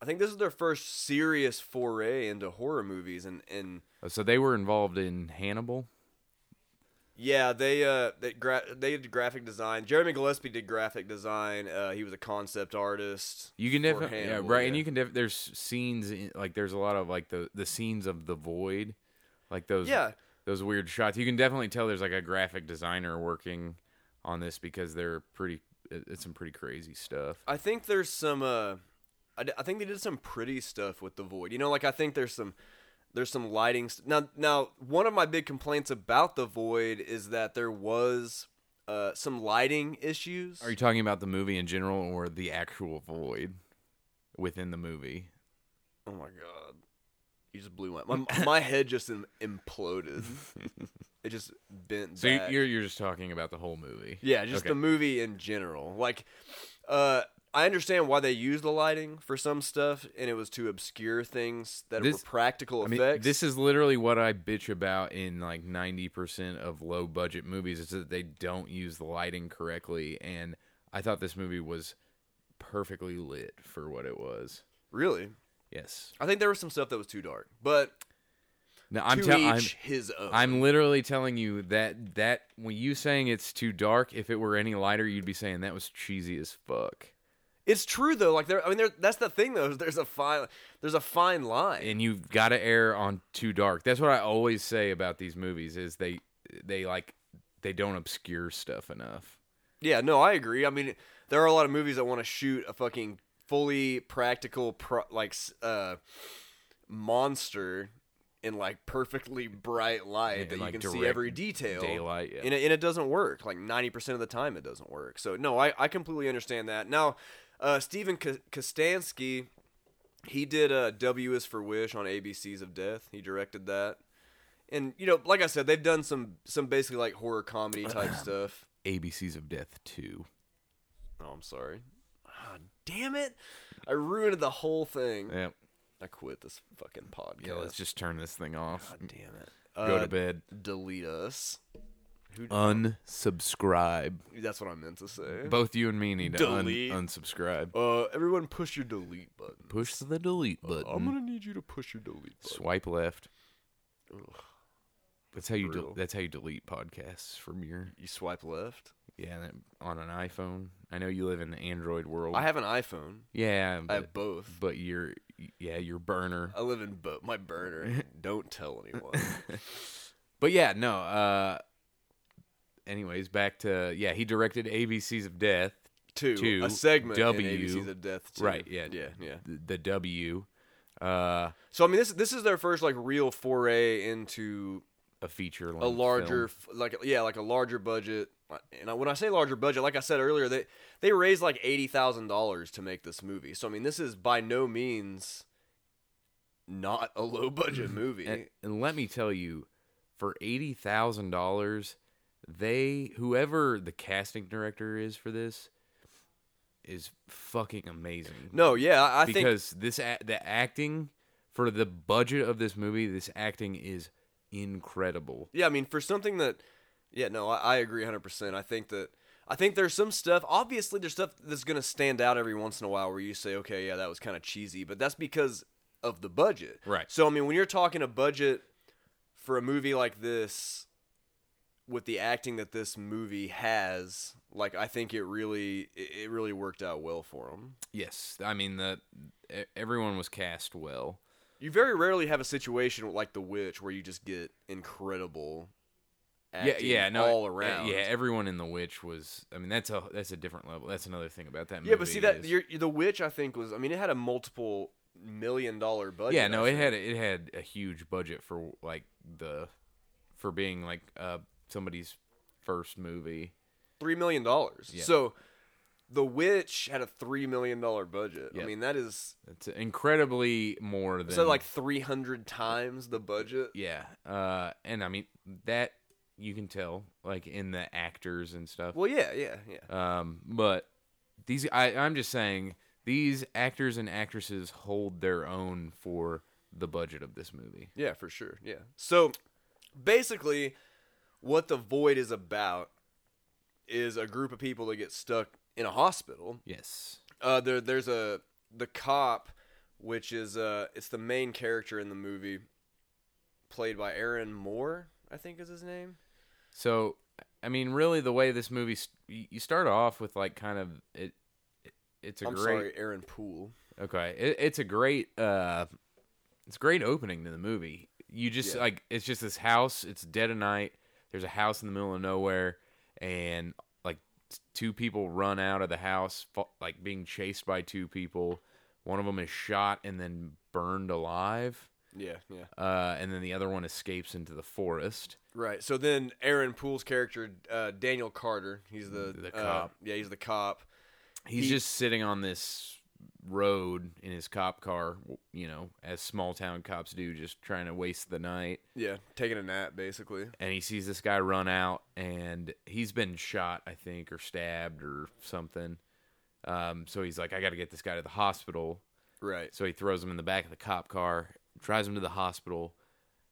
S1: I think this is their first serious foray into horror movies, and and
S2: so they were involved in hannibal
S1: yeah, they uh they gra- they did graphic design. Jeremy Gillespie did graphic design. Uh, he was a concept artist.
S2: You can
S1: for
S2: definitely, yeah,
S1: Hannibal,
S2: right, and
S1: yeah.
S2: you can def- there's scenes in, like there's a lot of like the the scenes of the void, like those
S1: Yeah,
S2: those weird shots. You can definitely tell there's like a graphic designer working on this because they're pretty. it- It's some pretty crazy stuff.
S1: I think there's some uh, I, d- I think they did some pretty stuff with the void. You know, like I think there's some there's some lighting st- now. Now one of my big complaints about the void is that there was uh some lighting issues.
S2: Are you talking about the movie in general or the actual void within the movie?
S1: Oh my god. You just blew my my, my head just im- imploded. it just bent
S2: So you-
S1: back.
S2: you're you're just talking about the whole movie.
S1: yeah, just
S2: okay.
S1: the movie in general. Like uh I understand why they used the lighting for some stuff and it was to obscure things that
S2: This-
S1: were practical
S2: I mean,
S1: effects.
S2: this is literally what I bitch about in like 90% of low budget movies is that they don't use the lighting correctly. And I thought this movie was perfectly lit for what it was.
S1: really.
S2: Yes.
S1: I think there was some stuff that was too dark, but
S2: Now I'm
S1: to
S2: telling I'm,
S1: each his own.
S2: I'm literally telling you that that when you saying it's too dark, if it were any lighter, you'd be saying that was cheesy as fuck.
S1: it's true though. Like there, I mean, there, that's the thing though. is There's a fine, there's a fine line.
S2: and you've got to err on too dark. That's what I always say about these movies is they they like they don't obscure stuff enough.
S1: Yeah, no, I agree. I mean, there are a lot of movies that want to shoot a fucking fully practical, pro- like, s- uh, monster in like perfectly bright light
S2: Yeah,
S1: that
S2: like,
S1: you can see
S2: direct
S1: every detail.
S2: Daylight, yeah.
S1: And, it, and it doesn't work. Like 90% of the time, it doesn't work. So, no, I, I completely understand that. Now, uh, Stephen K- Kostansky, he did uh, W is for Wish on ABCs of Death. He directed that. And, you know, like I said, they've done some, some basically like horror comedy
S2: [laughs]
S1: type stuff.
S2: ABCs of Death 2.
S1: Oh, I'm sorry. Ah, damn it. I ruined the whole thing.
S2: Yeah,
S1: I quit this fucking podcast.
S2: yeah let's just turn this thing off.
S1: God damn it.
S2: Go
S1: Uh,
S2: to bed.
S1: Delete us. Who,
S2: Unsubscribe.
S1: that's what I meant to say.
S2: Both you and me need to un-
S1: Delete.
S2: unsubscribe.
S1: uh, everyone push your delete button. Uh,
S2: Push the delete button.
S1: I'm going to need you to push your delete button.
S2: Swipe left.
S1: Ugh.
S2: That's how you
S1: Brutal.
S2: del that's how you delete podcasts from your
S1: You swipe left.
S2: yeah that, on an iPhone. I know you live in the Android world.
S1: I have an iPhone.
S2: yeah,
S1: I
S2: Oh. but,
S1: have both.
S2: but your yeah your burner.
S1: I live in both. My
S2: [laughs]
S1: burner. Don't tell anyone.
S2: but yeah, no. Uh, anyways, back to yeah. He directed ABCs of Death.
S1: Two.
S2: Two,
S1: a segment
S2: W.
S1: in ABCs of Death. Too.
S2: Right, yeah.
S1: Yeah. Yeah.
S2: The, the W, uh,
S1: So I mean, this this is their first like real foray into
S2: a feature
S1: a larger f like yeah like a larger budget. And I- when I say larger budget, like I said earlier, they they raised like eighty thousand dollars to make this movie. So I mean, this is by no means not a [laughs] low budget movie.
S2: Mm-hmm. And, and let me tell you, for eighty thousand dollars, they whoever the casting director is for this is fucking amazing.
S1: no, yeah, I I think
S2: because this a- the acting for the budget of this movie, this acting is incredible.
S1: Yeah, I mean, for something that, yeah, no, I, I agree 100%. I think that, I think there's some stuff, obviously, there's stuff that's going to stand out every once in a while where you say, okay, yeah, that was kind of cheesy, but that's because of the budget.
S2: Right.
S1: So, I mean, when you're talking a budget for a movie like this, with the acting that this movie has, like, I think it really, it, it really worked out well for them.
S2: Yes, I mean the e- everyone was cast well.
S1: You very rarely have a situation like The Witch where you just get incredible acting
S2: yeah, yeah, no,
S1: all
S2: e-
S1: around.
S2: Yeah, everyone in The Witch was. I mean, that's a that's a different level. That's another thing about that movie.
S1: Yeah, but see that
S2: is-
S1: you're, the witch. I think was. I mean, it had a multiple million dollar budget.
S2: yeah, no,
S1: I
S2: it had
S1: think.
S2: it had a huge budget for like the for being like uh somebody's first movie.
S1: three million dollars.
S2: Yeah.
S1: So, the witch had a three million dollar budget.
S2: Yeah.
S1: I mean, that is
S2: It's incredibly more than
S1: so like three hundred times the budget.
S2: yeah, uh, and I mean that you can tell like in the actors and stuff.
S1: Well, yeah, yeah, yeah.
S2: Um, but these I I'm just saying these actors and actresses hold their own for the budget of this movie.
S1: Yeah, for sure. Yeah. So basically, what the void is about is a group of people that get stuck in a hospital
S2: Yes.
S1: Uh, there, there's a the cop, which is uh, it's the main character in the movie, played by Aaron Moore, I think is his name.
S2: So, I mean, really, the way this movie st- you you start off with like kind of it, it it's a
S1: I'm
S2: great
S1: sorry, Aaron Poole.
S2: okay, it, it's a great uh, it's a great opening to the movie. You just
S1: Yeah.
S2: like it's just this house. It's dead of night. There's a house in the middle of nowhere, and like t- two people run out of the house, fa- like being chased by two people. One of them is shot and then burned alive,
S1: Yeah, yeah,
S2: uh, and then the other one escapes into the forest.
S1: right. So then Aaron Poole's character, uh, Daniel Carter, he's the
S2: The
S1: uh,
S2: cop.
S1: yeah, he's the cop.
S2: he's
S1: He-
S2: just sitting on this road in his cop car, w- you know, as small town cops do, just trying to waste the night.
S1: Yeah, taking a nap basically.
S2: And he sees this guy run out, and he's been shot, I think, or stabbed or something. Um, so he's like, I got to get this guy to the hospital.
S1: Right.
S2: So he throws him in the back of the cop car, drives him to the hospital,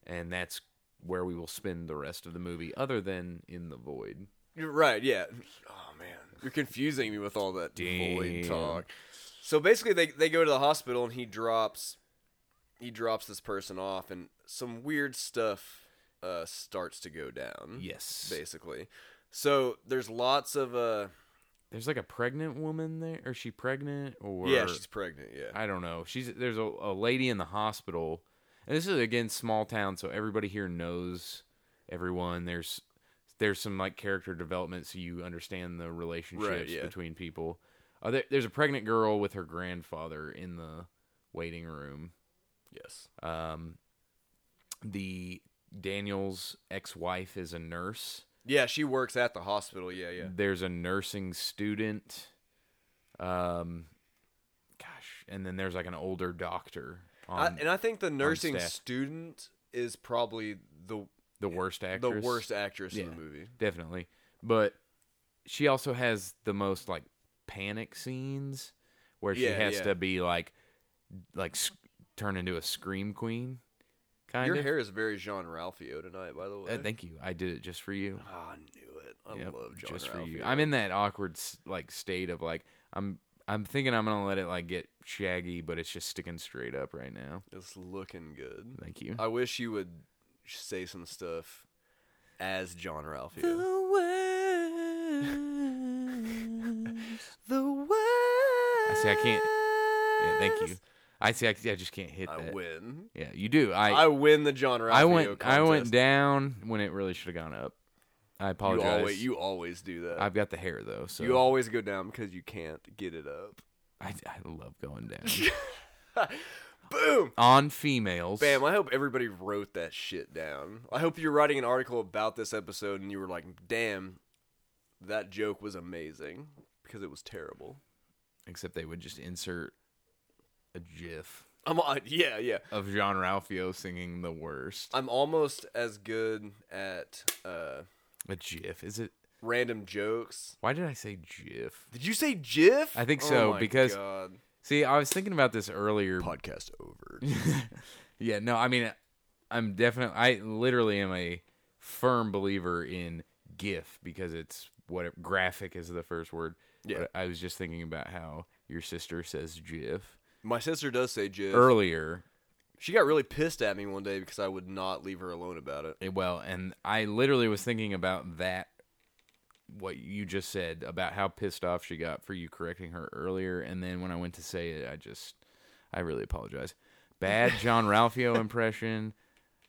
S2: and that's where we will spend the rest of the movie, other than in the void.
S1: You're right. Yeah. Oh man, you're confusing me with all that
S2: Damn.
S1: void talk. So basically, they they go to the hospital and he drops he drops this person off, and some weird stuff uh, starts to go down.
S2: Yes.
S1: Basically, so there's lots of uh
S2: There's like a pregnant woman there. Or she pregnant? Or
S1: yeah, she's pregnant. Yeah.
S2: I don't know. She's there's a, a lady in the hospital, and this is again small town, so everybody here knows everyone. There's there's some like character development, so you understand the relationships
S1: yeah.
S2: between people. Uh, there, there's a pregnant girl with her grandfather in the waiting room.
S1: yes.
S2: Um, the Daniel's ex-wife is a nurse.
S1: Yeah, she works at the hospital. Yeah, yeah.
S2: There's a nursing student. Um, gosh, and then there's like an older doctor.
S1: I,
S2: On
S1: and I think the nursing
S2: staff.
S1: student is probably the
S2: the worst actress.
S1: the worst actress in
S2: Yeah.
S1: the movie.
S2: definitely. But she also has the most like panic scenes where she
S1: Yeah,
S2: has
S1: yeah.
S2: to be like, like sc- turn into a scream queen. Kind
S1: Your
S2: of.
S1: hair is very Jean Ralphio tonight, by the way.
S2: Uh,
S1: [laughs]
S2: thank you. I did it just for you.
S1: Ah, I knew it. I
S2: Yep,
S1: love John
S2: just for
S1: Ralphio.
S2: you. I'm in that awkward s- like state of like I'm. I'm thinking I'm gonna let it like get shaggy, but it's just sticking straight up right now.
S1: It's looking good.
S2: Thank you.
S1: I wish you would say some stuff as John Ralphio.
S2: The [laughs]
S1: The I
S2: see, [laughs] I can't- Yeah, thank you. I see. I, I just can't hit
S1: I
S2: that.
S1: win.
S2: Yeah, you do. I
S1: I win the John Ralphio
S2: I went
S1: contest.
S2: I went down when it really should have gone up. I
S1: You
S2: apologize.
S1: always, you always do that.
S2: I've got the hair though, so
S1: You always go down because you can't get it
S2: [laughs]
S1: up. [laughs]
S2: I, I love going down
S1: Boom!
S2: on females.
S1: Bam, I hope everybody wrote that shit down. I hope you're writing an article about this episode and you were like, damn, that joke was amazing because it was terrible.
S2: Except they would just insert a GIF
S1: I'm on, [laughs] yeah, yeah.
S2: of John Ralphio singing the worst.
S1: I'm almost as good at uh,
S2: A GIF is it?
S1: random jokes.
S2: Why did I say GIF?
S1: Did you say GIF?
S2: I think
S1: Oh
S2: so,
S1: my
S2: because-
S1: God.
S2: See, I was thinking about this earlier.
S1: podcast over.
S2: [laughs] yeah, no, I mean, I'm definitely, I literally am a firm believer in GIF because it's what graphic is the first word.
S1: Yeah.
S2: But I was just thinking about how your sister says GIF
S1: My sister does say GIF.
S2: earlier.
S1: She got really pissed at me one day because I would not leave her alone about it.
S2: eh, Well, and I literally was thinking about that, what you just said about how pissed off she got for you correcting her earlier. And then when I went to say it, I just, I really apologize. Bad John Ralphio impression.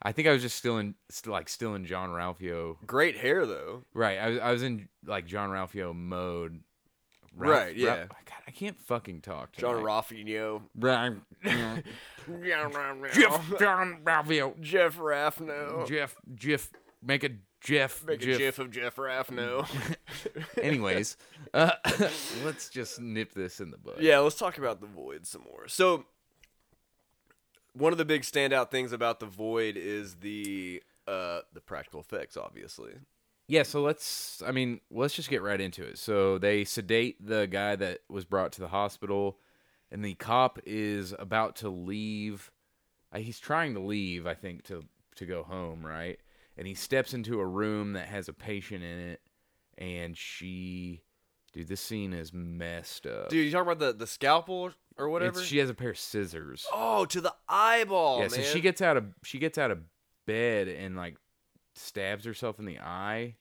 S2: I think I was just still in, still like still in John Ralphio
S1: Great hair though.
S2: Right. I was I was in like John Ralphio mode.
S1: Right, yeah.
S2: Ralph- God, I can't fucking talk.
S1: John
S2: tonight. [laughs]
S1: Raffino.
S2: Ralph. [laughs] Jeff.
S1: Jeff
S2: John Ralphio.
S1: Jeff Raffno.
S2: Jeff. Jeff. Make a Jeff.
S1: Make a GIF of Jeff [laughs] Mm. Raffno.
S2: [laughs] Anyways, uh, [laughs] let's just nip this in the bud.
S1: yeah, let's talk about the void some more. So, one of the big standout things about the void is the uh the practical effects, obviously.
S2: Yeah. So let's. I mean, let's just get right into it. So they sedate the guy that was brought to the hospital, and the cop is about to leave. Uh, He's trying to leave, I think, to to go home, right? And he steps into a room that has a patient in it, and she, dude, this scene is messed up.
S1: Dude, you talking about the the scalpel or
S2: Oh. It's-
S1: whatever?
S2: she has a pair of scissors.
S1: oh, to the eyeball,
S2: yeah.
S1: Oh, man.
S2: So she gets out of she gets out of bed and like stabs herself in the eye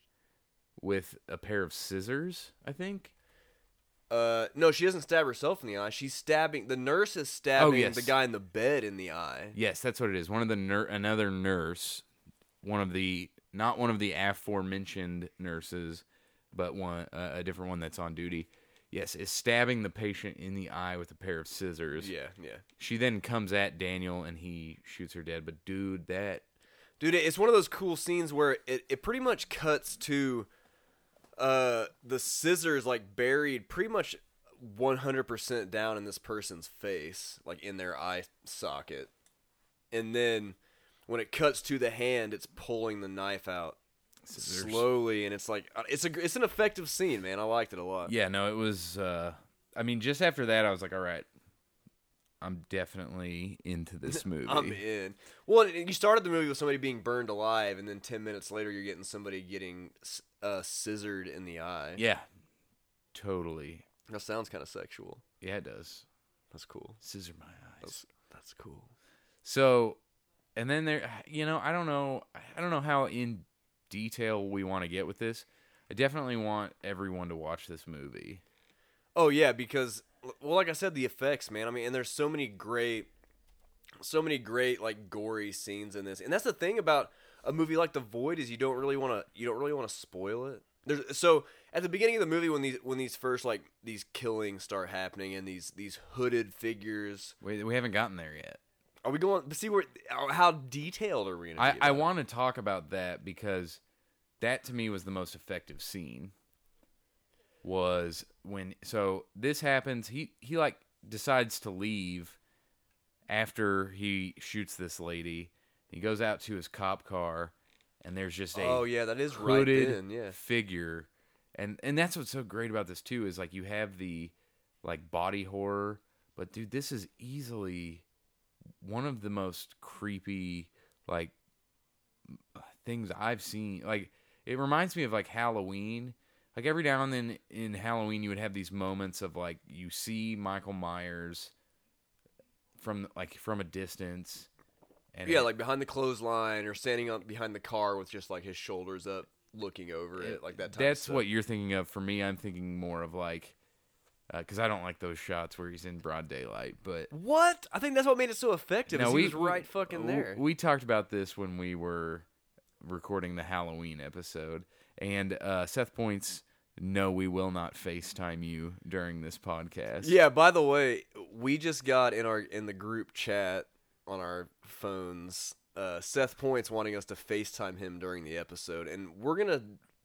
S2: with a pair of scissors. I think.
S1: Uh, no, she doesn't stab herself in the eye. She's stabbing the nurse is stabbing
S2: Oh, yes.
S1: the guy in the bed in the eye.
S2: Yes, that's what it is. One of the ner- another nurse, one of the not one of the aforementioned nurses, but one uh, a different one that's on duty. Yes, is stabbing the patient in the eye with a pair of scissors.
S1: Yeah, yeah,
S2: She then comes at Daniel and he shoots her dead. But dude, that
S1: dude, it's one of those cool scenes where it, it pretty much cuts to, uh, the scissors like buried pretty much one hundred percent down in this person's face, like in their eye socket, and then when it cuts to the hand, it's pulling the knife out
S2: scissors.
S1: slowly, and it's like uh, it's a it's an effective scene, man. I liked it a lot.
S2: Yeah, no, it was. Uh, I mean, just after that, I was like, all right, I'm definitely into this movie.
S1: [laughs] I'm in. Well, and you started the movie with somebody being burned alive, and then ten minutes later, you're getting somebody getting s- uh, scissored in the eye.
S2: yeah, totally.
S1: that sounds kind of sexual.
S2: Yeah, it does.
S1: That's cool.
S2: Scissor my eyes.
S1: That's that's cool.
S2: So, and then there, you know, I don't know, I don't know how in detail we want to get with this. I definitely want everyone to watch this movie.
S1: Oh yeah, because well, like I said, the effects, man. I mean, and there's so many great, so many great like gory scenes in this, and that's the thing about a movie like The Void is you don't really want to you don't really want to spoil it. There's so at the beginning of the movie when these when these first like these killings start happening and these these hooded figures
S2: We, we haven't gotten there yet.
S1: Are we going to see where how detailed are we going to
S2: I, I want to talk about that because that to me was the most effective scene. Was when so this happens. He he like decides to leave after he shoots this lady. He goes out to his cop car, and there's just a
S1: Oh yeah, that is right
S2: hooded
S1: then. Yeah.
S2: figure, and and that's what's so great about this too is like you have the like body horror, but dude, this is easily one of the most creepy like things I've seen. Like it reminds me of like Halloween. Like every now and then in Halloween, you would have these moments of like you see Michael Myers from like from a distance,
S3: And
S1: yeah,
S3: it-
S1: like behind the clothesline or standing up behind the car with just like his shoulders up, looking over it, like that. Type
S2: That's
S1: of stuff.
S2: what you're thinking of. For me, I'm thinking more of like, because I don't like those shots where he's in broad daylight. But
S1: What? I think that's what made it so effective.
S2: No,
S1: is
S2: we-
S1: he was
S2: we-
S1: right fucking
S2: w-
S1: there.
S2: We talked about this when we were recording the Halloween episode, and uh, Seth points, "No, we will not FaceTime you during this podcast."
S1: yeah. By the way, we just got in our in the group chat on our phones. Uh, Seth points wanting us to Facetime him during the episode, and we're gonna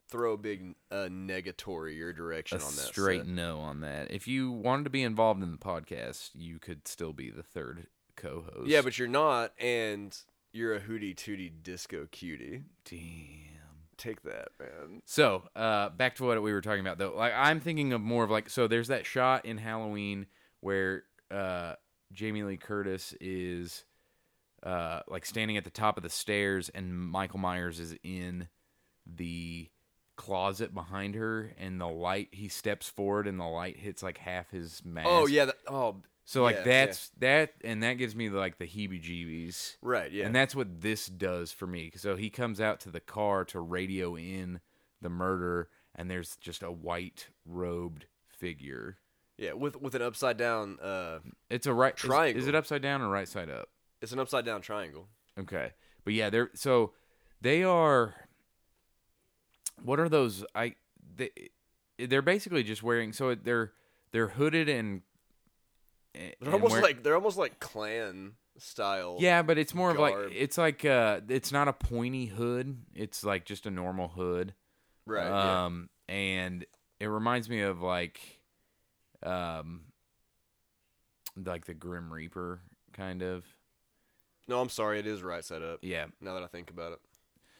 S1: throw a big uh, negatory your direction
S2: a
S1: on that.
S2: straight
S1: Seth.
S2: no on that. If you wanted to be involved in the podcast, you could still be the third co-host.
S1: Yeah, but you're not, and you're a hootie tootie disco cutie.
S2: damn.
S1: Take that, man.
S2: So, uh, back to what we were talking about though. Like, I'm thinking of more of like, so there's that shot in Halloween where uh, Jamie Lee Curtis is uh, like standing at the top of the stairs, and Michael Myers is in the closet behind her, and the light. He steps forward, and the light hits like half his mask.
S1: Oh yeah. That, oh
S2: So like
S1: yeah, yeah.
S2: that's that, and that gives me like the heebie-jeebies.
S1: right. Yeah.
S2: And that's what this does for me. So he comes out to the car to radio in the murder, and there's just a white robed figure.
S1: yeah. With with an upside down. Uh,
S2: It's a right is-
S1: Triangle.
S2: Is, it upside down or right side up?
S1: it's an upside down triangle.
S2: Okay, but yeah, they're so they are. What are those? I they they're basically just wearing so they're they're hooded and. and
S1: They're almost
S2: wear-
S1: like they're almost like clan style.
S2: Yeah, but it's more of
S1: garb.
S2: like it's like uh it's not a pointy hood. It's like just a normal hood.
S1: Right. yeah.
S2: Um, and it reminds me of like, um, like the Grim Reaper kind of.
S1: No, I'm sorry. It is right side up.
S2: Yeah.
S1: Now that I think about it.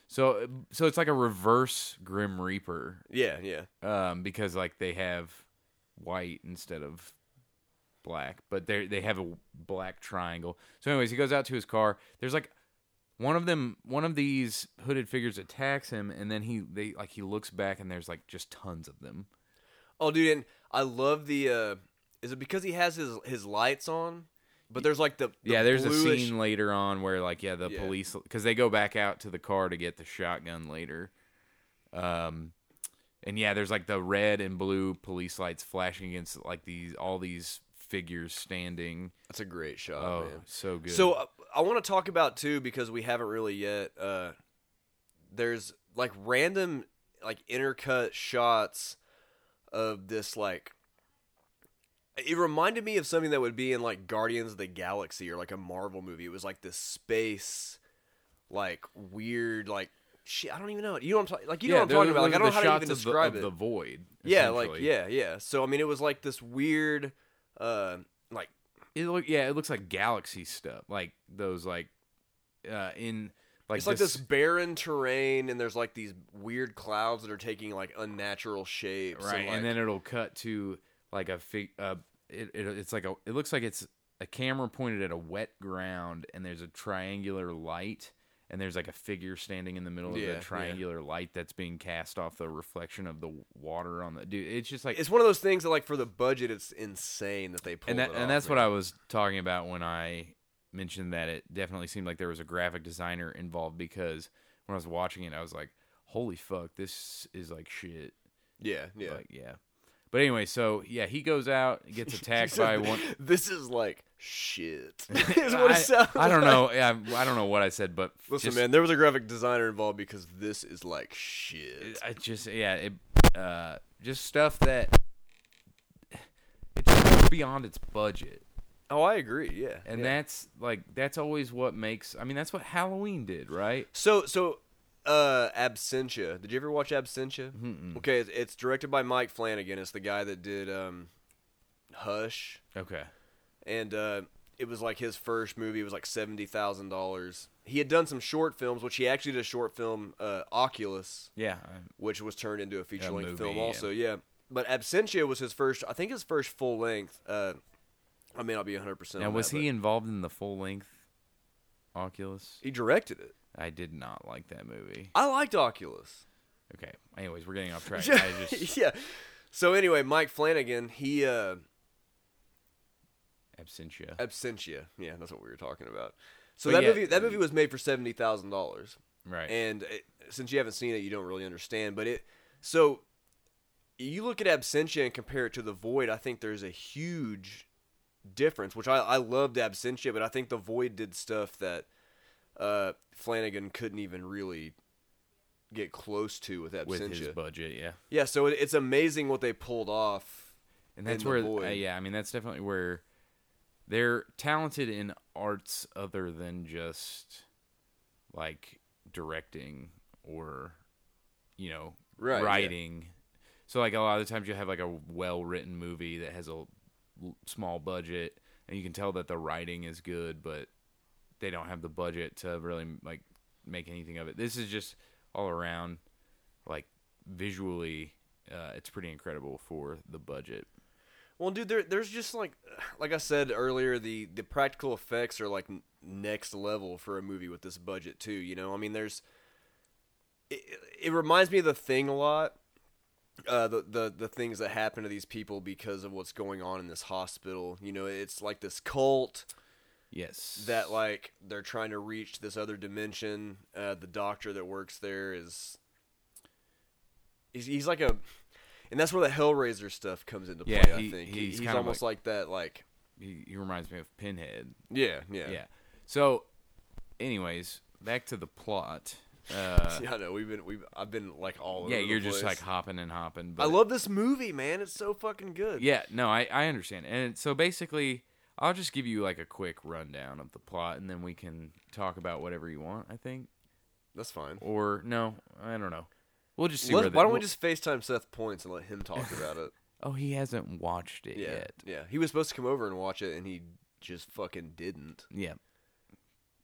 S2: So so it's like a reverse Grim Reaper,
S1: Yeah. Yeah.
S2: um, because like they have white instead of black, but they they have a black triangle. So anyways, he goes out to his car. There's like one of them one of these hooded figures attacks him and then he they like he looks back and there's like just tons of them.
S1: Oh, dude, and I love the. uh Is it because he has his his lights on? But there's like the, the
S2: yeah, there's
S1: bluish-
S2: a scene later on where like yeah, the
S1: Yeah.
S2: police because they go back out to the car to get the shotgun later. Um, and yeah, there's like the red and blue police lights flashing against like these all these figures standing.
S1: That's a great shot.
S2: Oh,
S1: man.
S2: so good.
S1: So uh, I want to talk about too because we haven't really yet. Uh, there's like random like intercut shots of this like. It reminded me of something that would be in like Guardians of the Galaxy or like a Marvel movie. It was like this space, like weird, like shit. I don't even know. You know what I'm talking? Like you know
S2: Yeah,
S1: what I'm
S2: they're
S1: talking about? Like I
S2: literally
S1: don't know how to
S2: the shots
S1: even
S2: of the-
S1: describe
S2: of
S1: it
S2: the void.
S1: yeah like
S2: essentially.
S1: yeah yeah so i mean it was like this weird uh like
S2: It look yeah, it looks like galaxy stuff, like those like uh in like
S1: it's like this barren terrain and there's like these weird clouds that are taking like unnatural shapes
S2: right
S1: and, like,
S2: and then it'll cut to like a fig uh it, it it's like a it looks like it's a camera pointed at a wet ground and there's a triangular light and there's like a figure standing in the middle
S1: Yeah,
S2: of
S1: yeah.
S2: the triangular light that's being cast off the reflection of the water on the dude it's just like
S1: it's one of those things that like for the budget it's insane that they pulled
S2: and that
S1: it
S2: and
S1: off,
S2: that's what
S1: man.
S2: I was talking about when I mentioned that it definitely seemed like there was a graphic designer involved because when I was watching it I was like holy fuck this is like shit
S1: yeah yeah [laughs]
S2: like yeah but anyway so yeah he goes out gets attacked
S1: So
S2: by
S1: [laughs]
S2: one
S1: this is like
S2: [laughs]
S1: shit [laughs] is what it
S2: I-
S1: sounds
S2: I, don't
S1: like.
S2: know yeah, I, don't know what i said but
S1: [laughs] listen
S2: just,
S1: man there was a graphic designer involved because this is like shit
S2: i just yeah it uh just stuff that it's just beyond its budget
S1: oh i agree yeah
S2: and
S1: yeah.
S2: that's like that's always what makes i mean that's what halloween did right
S1: So so uh Absentia. Did you ever watch Absentia? Okay, it's, it's directed by Mike Flanagan. It's the guy that did um Hush
S2: okay
S1: and uh it was like his first movie. It was like seventy thousand dollars. He had done some short films, which he actually did a short film, uh, Oculus,
S2: yeah
S1: which was turned into a feature length
S2: movie,
S1: film
S2: yeah.
S1: also yeah but absentia was his first i think his first full length uh i may not be 100%
S2: now
S1: on
S2: was
S1: that,
S2: he
S1: but
S2: involved in the full length oculus
S1: he directed it
S2: i did not like that movie
S1: i liked oculus
S2: okay anyways we're getting off track
S1: [laughs] Yeah.
S2: i just
S1: yeah. So anyway, Mike Flanagan, he uh
S2: absentia
S1: absentia. Yeah, that's what we were talking about. So
S2: But
S1: that
S2: yeah,
S1: movie that movie was made for seventy thousand dollars,
S2: Right.
S1: and it, since you haven't seen it, you don't really understand. But it so you look at Absentia and compare it to The Void. I think there's a huge difference, which I I loved Absentia, but I think The Void did stuff that uh, Flanagan couldn't even really get close to with Absentia.
S2: with his budget, yeah.
S1: yeah, so it, it's amazing what they pulled off.
S2: and
S1: in
S2: that's
S1: the
S2: where
S1: void.
S2: uh, yeah i mean that's definitely where they're talented in arts other than just like directing or you know
S1: Right, yeah.
S2: writing so like a lot of the times you have like a well written movie that has a l- small budget and you can tell that the writing is good but they don't have the budget to really like make anything of it this is just all around like visually uh, it's pretty incredible for the budget
S1: Well, dude, there, there's just like, like I said earlier, the the practical effects are like n- next level for a movie with this budget too. You know, I mean, there's. It, it reminds me of the thing a lot, uh, the the the things that happen to these people because of what's going on in this hospital. You know, it's like this cult
S2: Yes.
S1: that like they're trying to reach this other dimension. Uh, the doctor that works there is. He's, he's like a, and that's where the Hellraiser stuff comes into play.
S2: Yeah,
S1: I
S2: he-
S1: think
S2: he's
S1: he's,
S2: kinda
S1: almost like, that. Like
S2: he, he reminds me of Pinhead.
S1: yeah, yeah,
S2: Yeah.
S1: [laughs]
S2: So, anyways, back to the plot. Uh,
S1: Yeah, I know. We've been we've I've been like all over
S2: yeah,
S1: the
S2: you're just
S1: place.
S2: like hopping and hopping. But
S1: I love this movie, man. It's so fucking good.
S2: Yeah, no, I I understand. And so basically, I'll just give you like a quick rundown of the plot, and then we can talk about whatever you want. I think,
S1: that's fine.
S2: or no, I don't know. We'll just see.
S1: Let-
S2: where the-
S1: why don't we
S2: we'll-
S1: just Facetime Seth Points and let
S2: [laughs]
S1: him talk about it?
S2: Oh, he hasn't watched it
S1: Yeah,
S2: yet.
S1: yeah. He was supposed to come over and watch it, and he just fucking didn't.
S2: Yeah.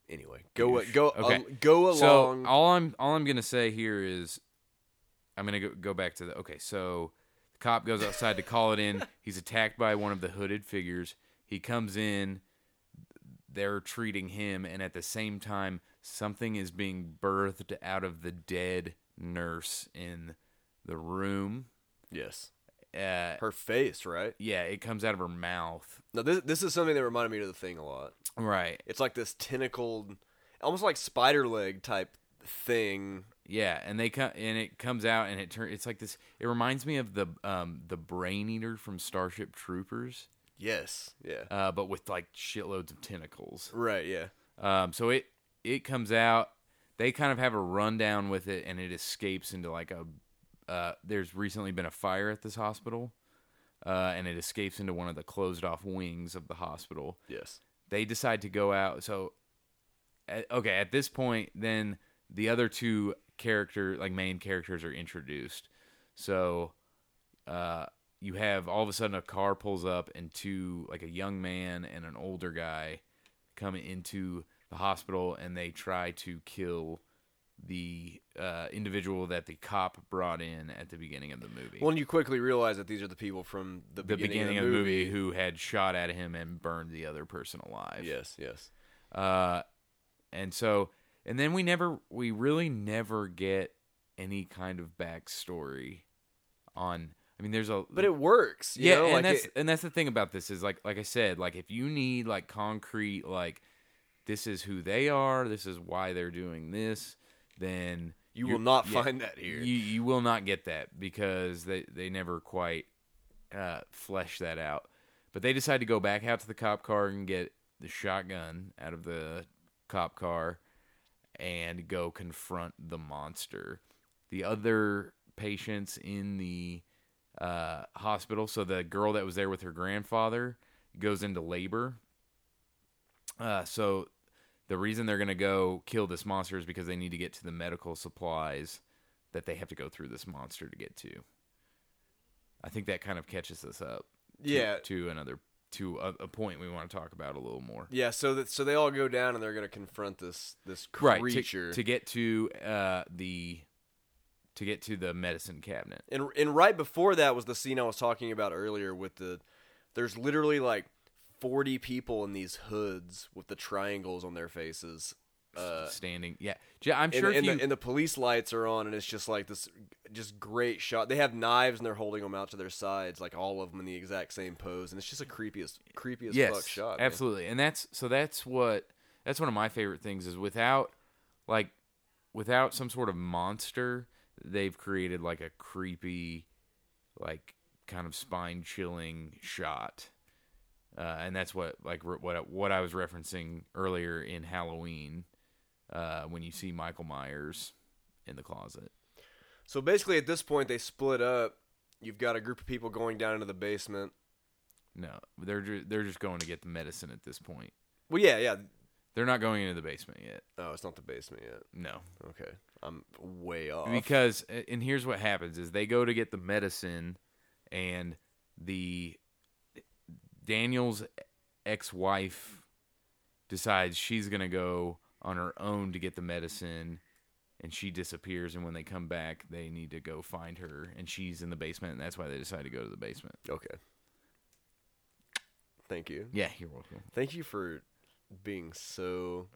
S1: Anyway, go
S2: Douche.
S1: go
S2: Okay.
S1: al- go along.
S2: So all I'm all I'm gonna say here is, I'm gonna go, go back to the okay. So the cop goes outside to call it in. He's attacked by one of the hooded figures. He comes in. They're treating him, and at the same time, something is being birthed out of the dead nurse in the room.
S1: yes,
S2: Uh,
S1: her face, right?
S2: yeah, it comes out of her mouth.
S1: Now this this is something that reminded me of the thing a lot.
S2: Right.
S1: It's like this tentacled, almost like spider leg type thing.
S2: Yeah, and they come and it comes out and it turns. It's like this. It reminds me of the um the brain eater from Starship Troopers.
S1: Yes, yeah,
S2: uh, but with like shitloads of tentacles.
S1: right, yeah,
S2: Um, so it it comes out. They kind of have a rundown with it, and it escapes into like a. Uh, there's recently been a fire at this hospital, uh, and it escapes into one of the closed off wings of the hospital.
S1: yes,
S2: They decide to go out. So, uh, okay, at this point, then the other two character like main characters are introduced. So, uh, you have all of a sudden a car pulls up and two like a young man and an older guy come into the hospital and they try to kill the uh, individual that the cop brought in at the beginning of the movie.
S1: Well, and you quickly realize that these are the people from the,
S2: the beginning of the
S1: movie.
S2: movie who had shot at him and burned the other person alive.
S1: Yes, yes.
S2: Uh, and so, and then we never, we really never get any kind of backstory on. I mean, there's a
S1: But it works. you
S2: yeah,
S1: know,
S2: and
S1: like
S2: that's
S1: it-
S2: and that's the thing about this is like like I said, like if you need like concrete, like this is who they are, this is why they're doing this, then
S1: you
S2: you're-
S1: will not
S2: yeah,
S1: find that here.
S2: You you will not get that because they they never quite uh, flesh that out. But they decide to go back out to the cop car and get the shotgun out of the cop car and go confront the monster. The other patients in the uh, hospital. So the girl that was there with her grandfather goes into labor. Uh, so the reason they're going to go kill this monster is because they need to get to the medical supplies that they have to go through this monster to get to. I think that kind of catches us up. to-
S1: yeah,
S2: To another to a, a point we want to talk about a little more.
S1: yeah. So that so they all go down and they're gonna confront this this
S2: Right.
S1: creature.
S2: to- To, get to uh, the to get to the medicine cabinet.
S1: And and right before that was the scene I was talking about earlier with the there's literally like 40 people in these hoods with the triangles on their faces. Uh
S2: standing. Yeah. Ja- I'm
S1: and,
S2: sure if
S1: and
S2: you,
S1: the, and the police lights are on and it's just like this just great shot. They have knives and they're holding them out to their sides like all of them in the exact same pose and it's just a creepiest creepiest fuck shot. man.
S2: Absolutely. And that's so that's what That's one of my favorite things is without like without some sort of monster, they've created like a creepy like kind of spine chilling shot. Uh, and that's what like re- what I- what I was referencing earlier in Halloween uh, when you see Michael Myers in the closet.
S1: So basically, at this point, they split up. You've got a group of people going down into the basement.
S2: No, they're ju- they're just going to get the medicine at this point.
S1: Well, yeah, yeah.
S2: They're not going into the basement yet.
S1: Oh, it's not the basement yet.
S2: No,
S1: Okay, I'm way off.
S2: because and here's what happens is they go to get the medicine and the daniel's ex-wife decides she's going to go on her own to get the medicine and she disappears and when they come back they need to go find her and she's in the basement and that's why they decide to go to the basement
S1: okay. Thank you.
S2: yeah you're welcome
S1: Thank you for being so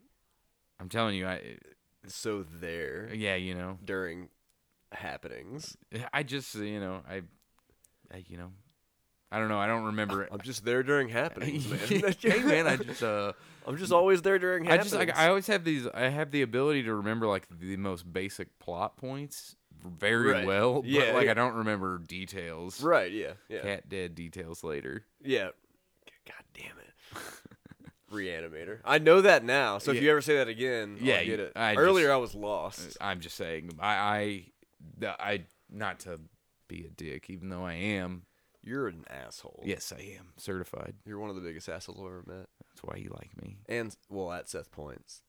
S2: i'm telling you i
S1: so there
S2: yeah you know
S1: during happenings.
S2: i just you know i, I you know i don't know i don't [laughs] remember
S1: I'm just there during happenings,
S2: [laughs]
S1: man. [laughs]
S2: hey man i just uh
S1: I'm just always there during
S2: I
S1: happenings.
S2: just like I always have these. I have the ability to remember like the most basic plot points very
S1: Right.
S2: well, [laughs] but
S1: Yeah,
S2: like
S1: yeah.
S2: I don't remember details.
S1: right, yeah, yeah,
S2: Cat dead details later.
S1: yeah. God damn it. Reanimator. I know that now. So if
S2: Yeah.
S1: you ever say that again,
S2: Yeah,
S1: I'll get
S2: you-
S1: it.
S2: I
S1: Earlier,
S2: just- Uh,
S1: I was lost.
S2: I'm just saying. I I the- I not to be a dick, even though I am.
S1: You're an asshole.
S2: Yes, I am certified.
S1: You're one of the biggest assholes I've ever met.
S2: That's why you like me.
S1: And well, at Seth points.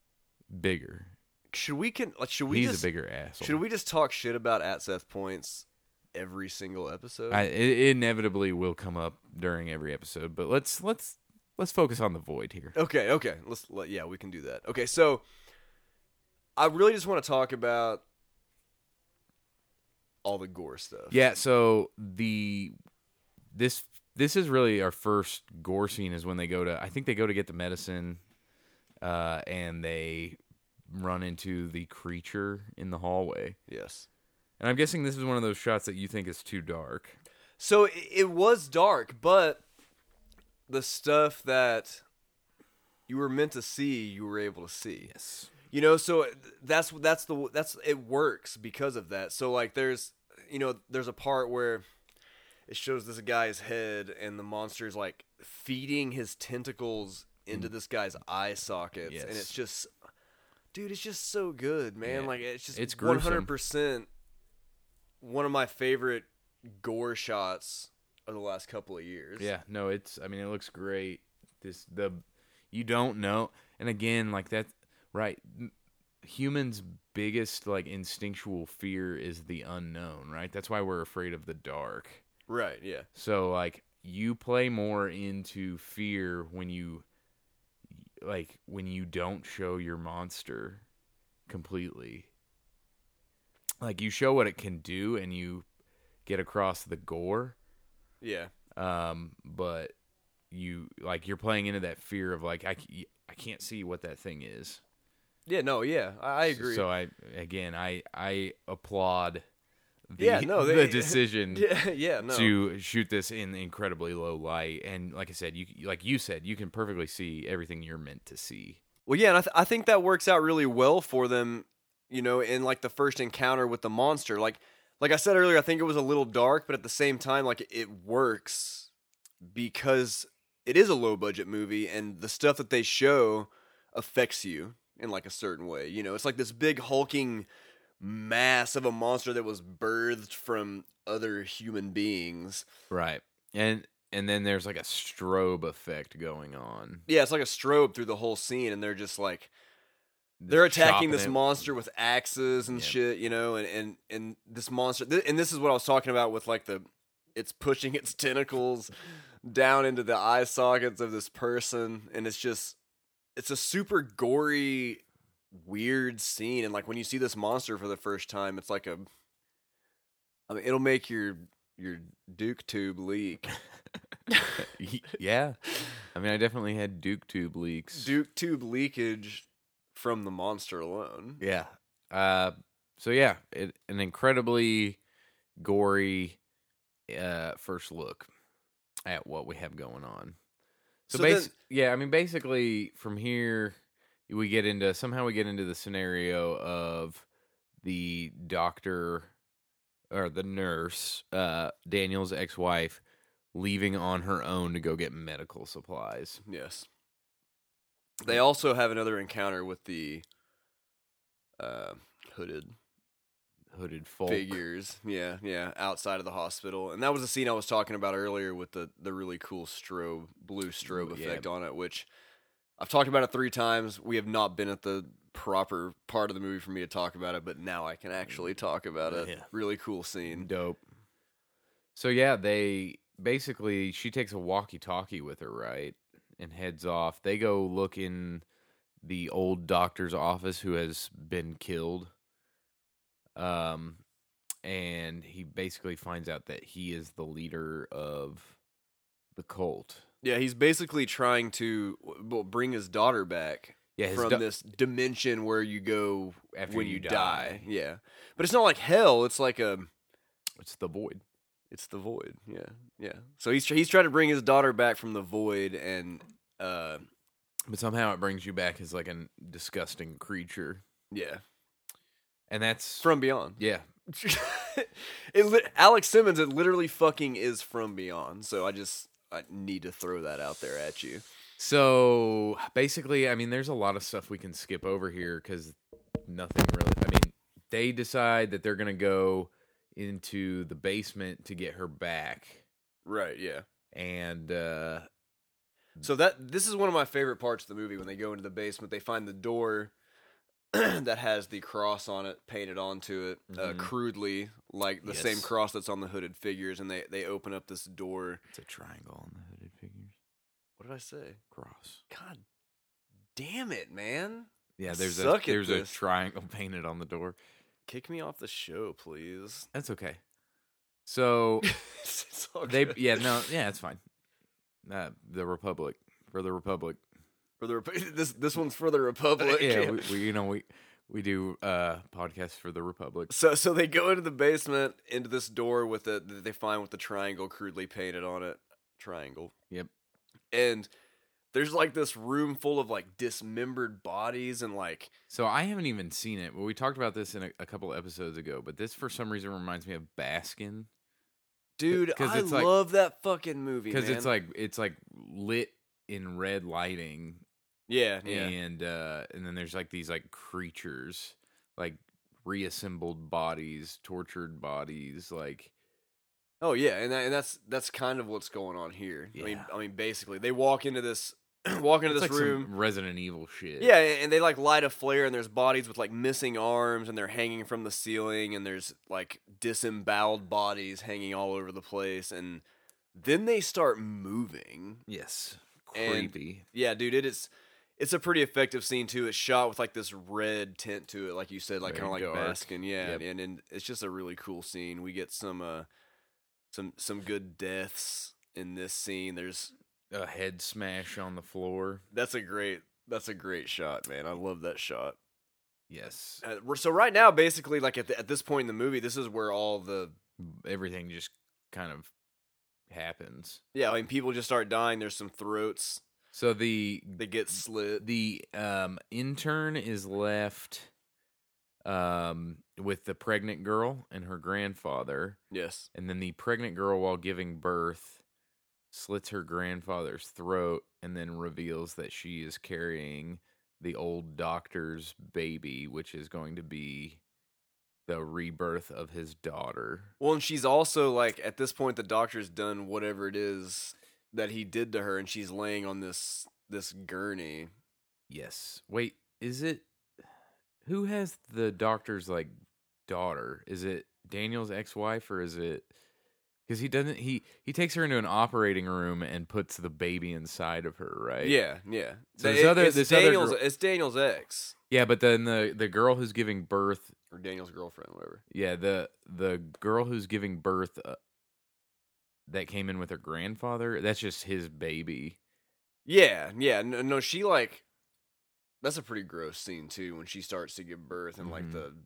S2: Bigger.
S1: Should we can like should we
S2: He's
S1: just
S2: a bigger asshole.
S1: should we just talk shit about at Seth points every single episode?
S2: I, it inevitably will come up during every episode, but let's let's let's focus on the void here.
S1: Okay, okay. Let's let, yeah, we can do that. Okay, so I really just want to talk about all the gore stuff.
S2: Yeah, so the this this is really our first gore scene is when they go to I think they go to get the medicine uh and they run into the creature in the hallway.
S1: Yes.
S2: And I'm guessing this is one of those shots that you think is too dark.
S1: So it, it was dark, but the stuff that you were meant to see, you were able to see.
S2: Yes.
S1: You know, so uh, that's that's the that's it works because of that. So like there's you know, there's a part where it shows this guy's head and the monster's like feeding his tentacles into this guy's eye sockets and
S2: Mm. Yes.
S1: it's just dude, it's just so good, man.
S2: Yeah.
S1: Like it's just
S2: It's gruesome.
S1: 100% one of my favorite gore shots of the last couple of years.
S2: Yeah, no, it's I mean it looks great. This the you don't know. And again, like that right m- humans biggest like instinctual fear is the unknown, right? That's why we're afraid of the dark.
S1: Right, yeah.
S2: So like you play more into fear when you like when you don't show your monster completely. Like you show what it can do and you get across the gore,
S1: Yeah.
S2: um but you like you're playing into that fear of like I c- I can't see what that thing is.
S1: Yeah, no, yeah. I, I agree.
S2: So I again I I applaud the,
S1: Yeah, no,
S2: [laughs] the
S1: they- [laughs]
S2: decision
S1: yeah, [laughs] yeah, no.
S2: to shoot this in incredibly low light and like i said you like you said you can perfectly see everything you're meant to see
S1: Well, yeah, and I, th- I think that works out really well for them, you know, in like the first encounter with the monster. Like, like I said earlier, I think it was a little dark, but at the same time, like it works because it is a low budget movie, and the stuff that they show affects you in like a certain way. You know, it's like this big hulking mass of a monster that was birthed from other human beings.
S2: right and and then there's like a strobe effect going on
S1: Yeah, it's like a strobe through the whole scene, and they're just like they're attacking
S2: Chopping
S1: this
S2: it. [laughs]
S1: monster with axes and
S2: Yeah.
S1: shit, you know, and and and this monster, th- and this is what I was talking about with like the, it's pushing [laughs] its tentacles down into the eye sockets of this person, and it's just, it's a super gory, weird scene, and like when you see this monster for the first time, it's like a, I mean, it'll make your your Duke tube leak,
S2: yeah i mean i definitely had duke tube leaks
S1: Duke tube leakage from the monster alone.
S2: yeah uh so yeah it, an incredibly gory uh first look at what we have going on So,
S1: then-
S2: basi- yeah, I mean, basically from here, we get into somehow we get into the scenario of the doctor or the nurse, uh, Daniel's ex-wife, leaving on her own to go get medical supplies.
S1: Yes. They also have another encounter with the uh, hooded
S2: Hooded folk.
S1: figures. Yeah, yeah, outside of the hospital, and that was the scene I was talking about earlier with the the really cool strobe, blue strobe
S2: Ooh, Mm, yeah.
S1: effect on it, which I've talked about it three times. We have not been at the proper part of the movie for me to talk about it, but now I can actually talk about it.
S2: Mm. Yeah.
S1: Really cool scene.
S2: Dope. So yeah, they basically she takes a walkie-talkie with her, right? And heads off. They go look in the old doctor's office who has been killed. Um and he basically finds out that he is the leader of the cult.
S1: Yeah, he's basically trying to well, bring his daughter back
S2: Yeah, his
S1: from
S2: do-
S1: this dimension where you go
S2: After
S1: when
S2: you
S1: you
S2: die.
S1: die. Yeah, but it's not like hell. It's like a
S2: it's the void.
S1: It's the void. Yeah, yeah. So he's tr- he's trying to bring his daughter back from the void, and uh,
S2: But somehow it brings you back as like a disgusting creature.
S1: yeah,
S2: And that's
S1: from beyond. [laughs]
S2: yeah,
S1: it li- Alex Simmons, it literally fucking is from beyond. So I just I need to throw that out there at you.
S2: So basically, I mean, there's a lot of stuff we can skip over here because nothing really. I mean, they decide that they're gonna go into the basement to get her back,
S1: Right. Yeah.
S2: and uh,
S1: So that this is one of my favorite parts of the movie when they go into the basement, they find the door [clears throat] that has the cross on it painted onto it
S2: Mhm.
S1: uh, crudely, like the same
S2: Yes.
S1: cross that's on the hooded figures, and they they open up this door.
S2: it's a triangle on the hooded figures
S1: What did I say?
S2: cross.
S1: God damn it, man.
S2: Yeah, there's a
S1: Suck at
S2: there's
S1: this.
S2: a triangle [laughs] painted on the door.
S1: Kick me off the show, please. [laughs]
S2: That's okay. [laughs] So
S1: It's all
S2: they
S1: good.
S2: yeah no yeah it's fine. Uh, the Republic for the Republic.
S1: For the Rep- this this one's for the
S2: Uh,
S1: Republic.
S2: yeah, we, we you know we we do uh podcasts for the Republic.
S1: So so they go into the basement into this door with the that they find with the triangle crudely painted on it. Triangle.
S2: Yep.
S1: And there's like this room full of like dismembered bodies and like
S2: So I haven't even seen it, but we talked about this in a, a couple episodes ago. But this, for some reason, reminds me of Baskin
S1: dude,
S2: 'cause
S1: I
S2: it's like-
S1: love that fucking movie.
S2: because it's
S1: man.
S2: like it's like lit in red lighting,
S1: Yeah, yeah.
S2: and uh, and then there's like these like creatures, like reassembled bodies, tortured bodies, like
S1: Oh yeah, and, that, and that's that's kind of what's going on here. I mean,
S2: Yeah.
S1: I mean, basically, they walk into this [clears throat] walk into
S2: it's
S1: this
S2: like some
S1: room.
S2: Resident Evil shit.
S1: Yeah, and they like light a flare, and there's bodies with like missing arms, and they're hanging from the ceiling, and there's like disemboweled bodies hanging all over the place, and then they start moving.
S2: Yes.
S1: And-
S2: Creepy.
S1: Yeah, dude, it is. It's a pretty effective scene too. It's shot with like this red tint to it, like you said, like
S2: Very
S1: kind of like
S2: dark.
S1: Baskin. Yeah,
S2: Yep.
S1: and and it's just a really cool scene. We get some uh, some some good deaths in this scene. There's
S2: a head smash on the floor.
S1: that's a great that's a great shot, man. I love that shot.
S2: Yes.
S1: Uh, we're- so right now, basically, like at, the, at this point in the movie, this is where all the
S2: Everything just kind of happens.
S1: yeah, I mean, people just start dying. There's some throats
S2: So the
S1: that get slit.
S2: the um intern is left um with the pregnant girl and her grandfather
S1: Yes,
S2: and then the pregnant girl while giving birth slits her grandfather's throat and then reveals that she is carrying the old doctor's baby which is going to be the rebirth of his daughter
S1: Well, and she's also like at this point the doctor's done whatever it is that he did to her, and she's laying on this this gurney.
S2: yes wait is it who has the doctor's like daughter is it daniel's ex-wife or is it because he doesn't he he takes her into an operating room and puts the baby inside of her right
S1: Yeah, yeah.
S2: So this
S1: It-
S2: other-
S1: it's
S2: this other
S1: Daniel's
S2: girl-
S1: it's Daniel's ex
S2: yeah but then the the girl who's giving birth
S1: or Daniel's girlfriend, whatever.
S2: yeah the the girl who's giving birth uh, that came in with her grandfather that's just his baby
S1: Yeah, yeah. No, no, she like that's a pretty gross scene too when she starts to give birth and like
S2: Mhm.
S1: the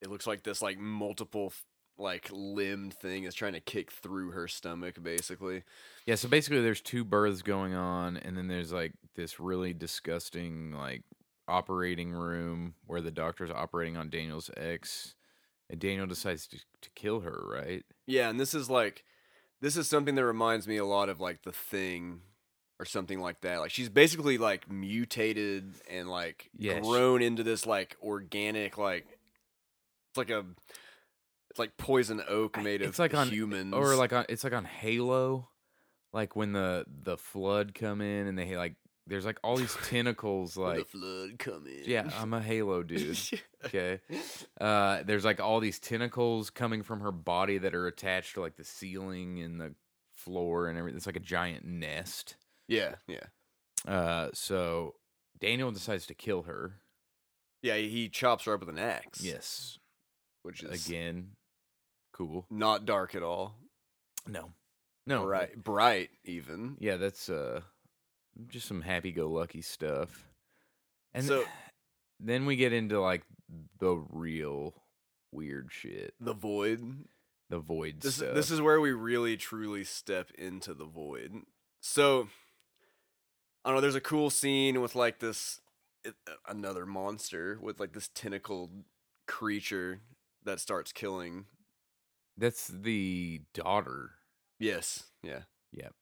S1: it looks like this like multiple f- like limbed thing is trying to kick through her stomach basically.
S2: yeah so basically there's two births going on and then there's like this really disgusting like operating room where the doctor's operating on Daniel's ex, and Daniel decides to, to kill her, right?
S1: Yeah, and this is like this is something that reminds me a lot of like the thing or something like that. Like she's basically like mutated and like
S2: Yes.
S1: grown into this like organic like it's like a it's like poison oak
S2: I-
S1: made of
S2: it's like on-
S1: humans
S2: Or like on it's like on Halo, like when the the flood come in and they like there's like
S1: [laughs]
S2: all these tentacles
S1: When
S2: like
S1: the flood come in. [laughs]
S2: yeah I'm a Halo dude okay uh there's like all these tentacles coming from her body that are attached to like the ceiling and the floor and everything it's like a giant nest
S1: yeah, yeah.
S2: uh so Daniel decides to kill her
S1: Yeah, he- he chops her up with an axe.
S2: yes
S1: Which is
S2: again cool
S1: not dark at all.
S2: no no
S1: Bright bright even.
S2: yeah that's uh just some happy-go-lucky stuff and
S1: So-
S2: [sighs] then we get into like the real weird shit
S1: The void.
S2: the void
S1: This
S2: stuff
S1: this is where we really truly step into the void. So I don't know. There's a cool scene with like this it, another monster with like this tentacled creature that starts killing.
S2: that's the daughter
S1: Yes. Yeah.
S2: Yep.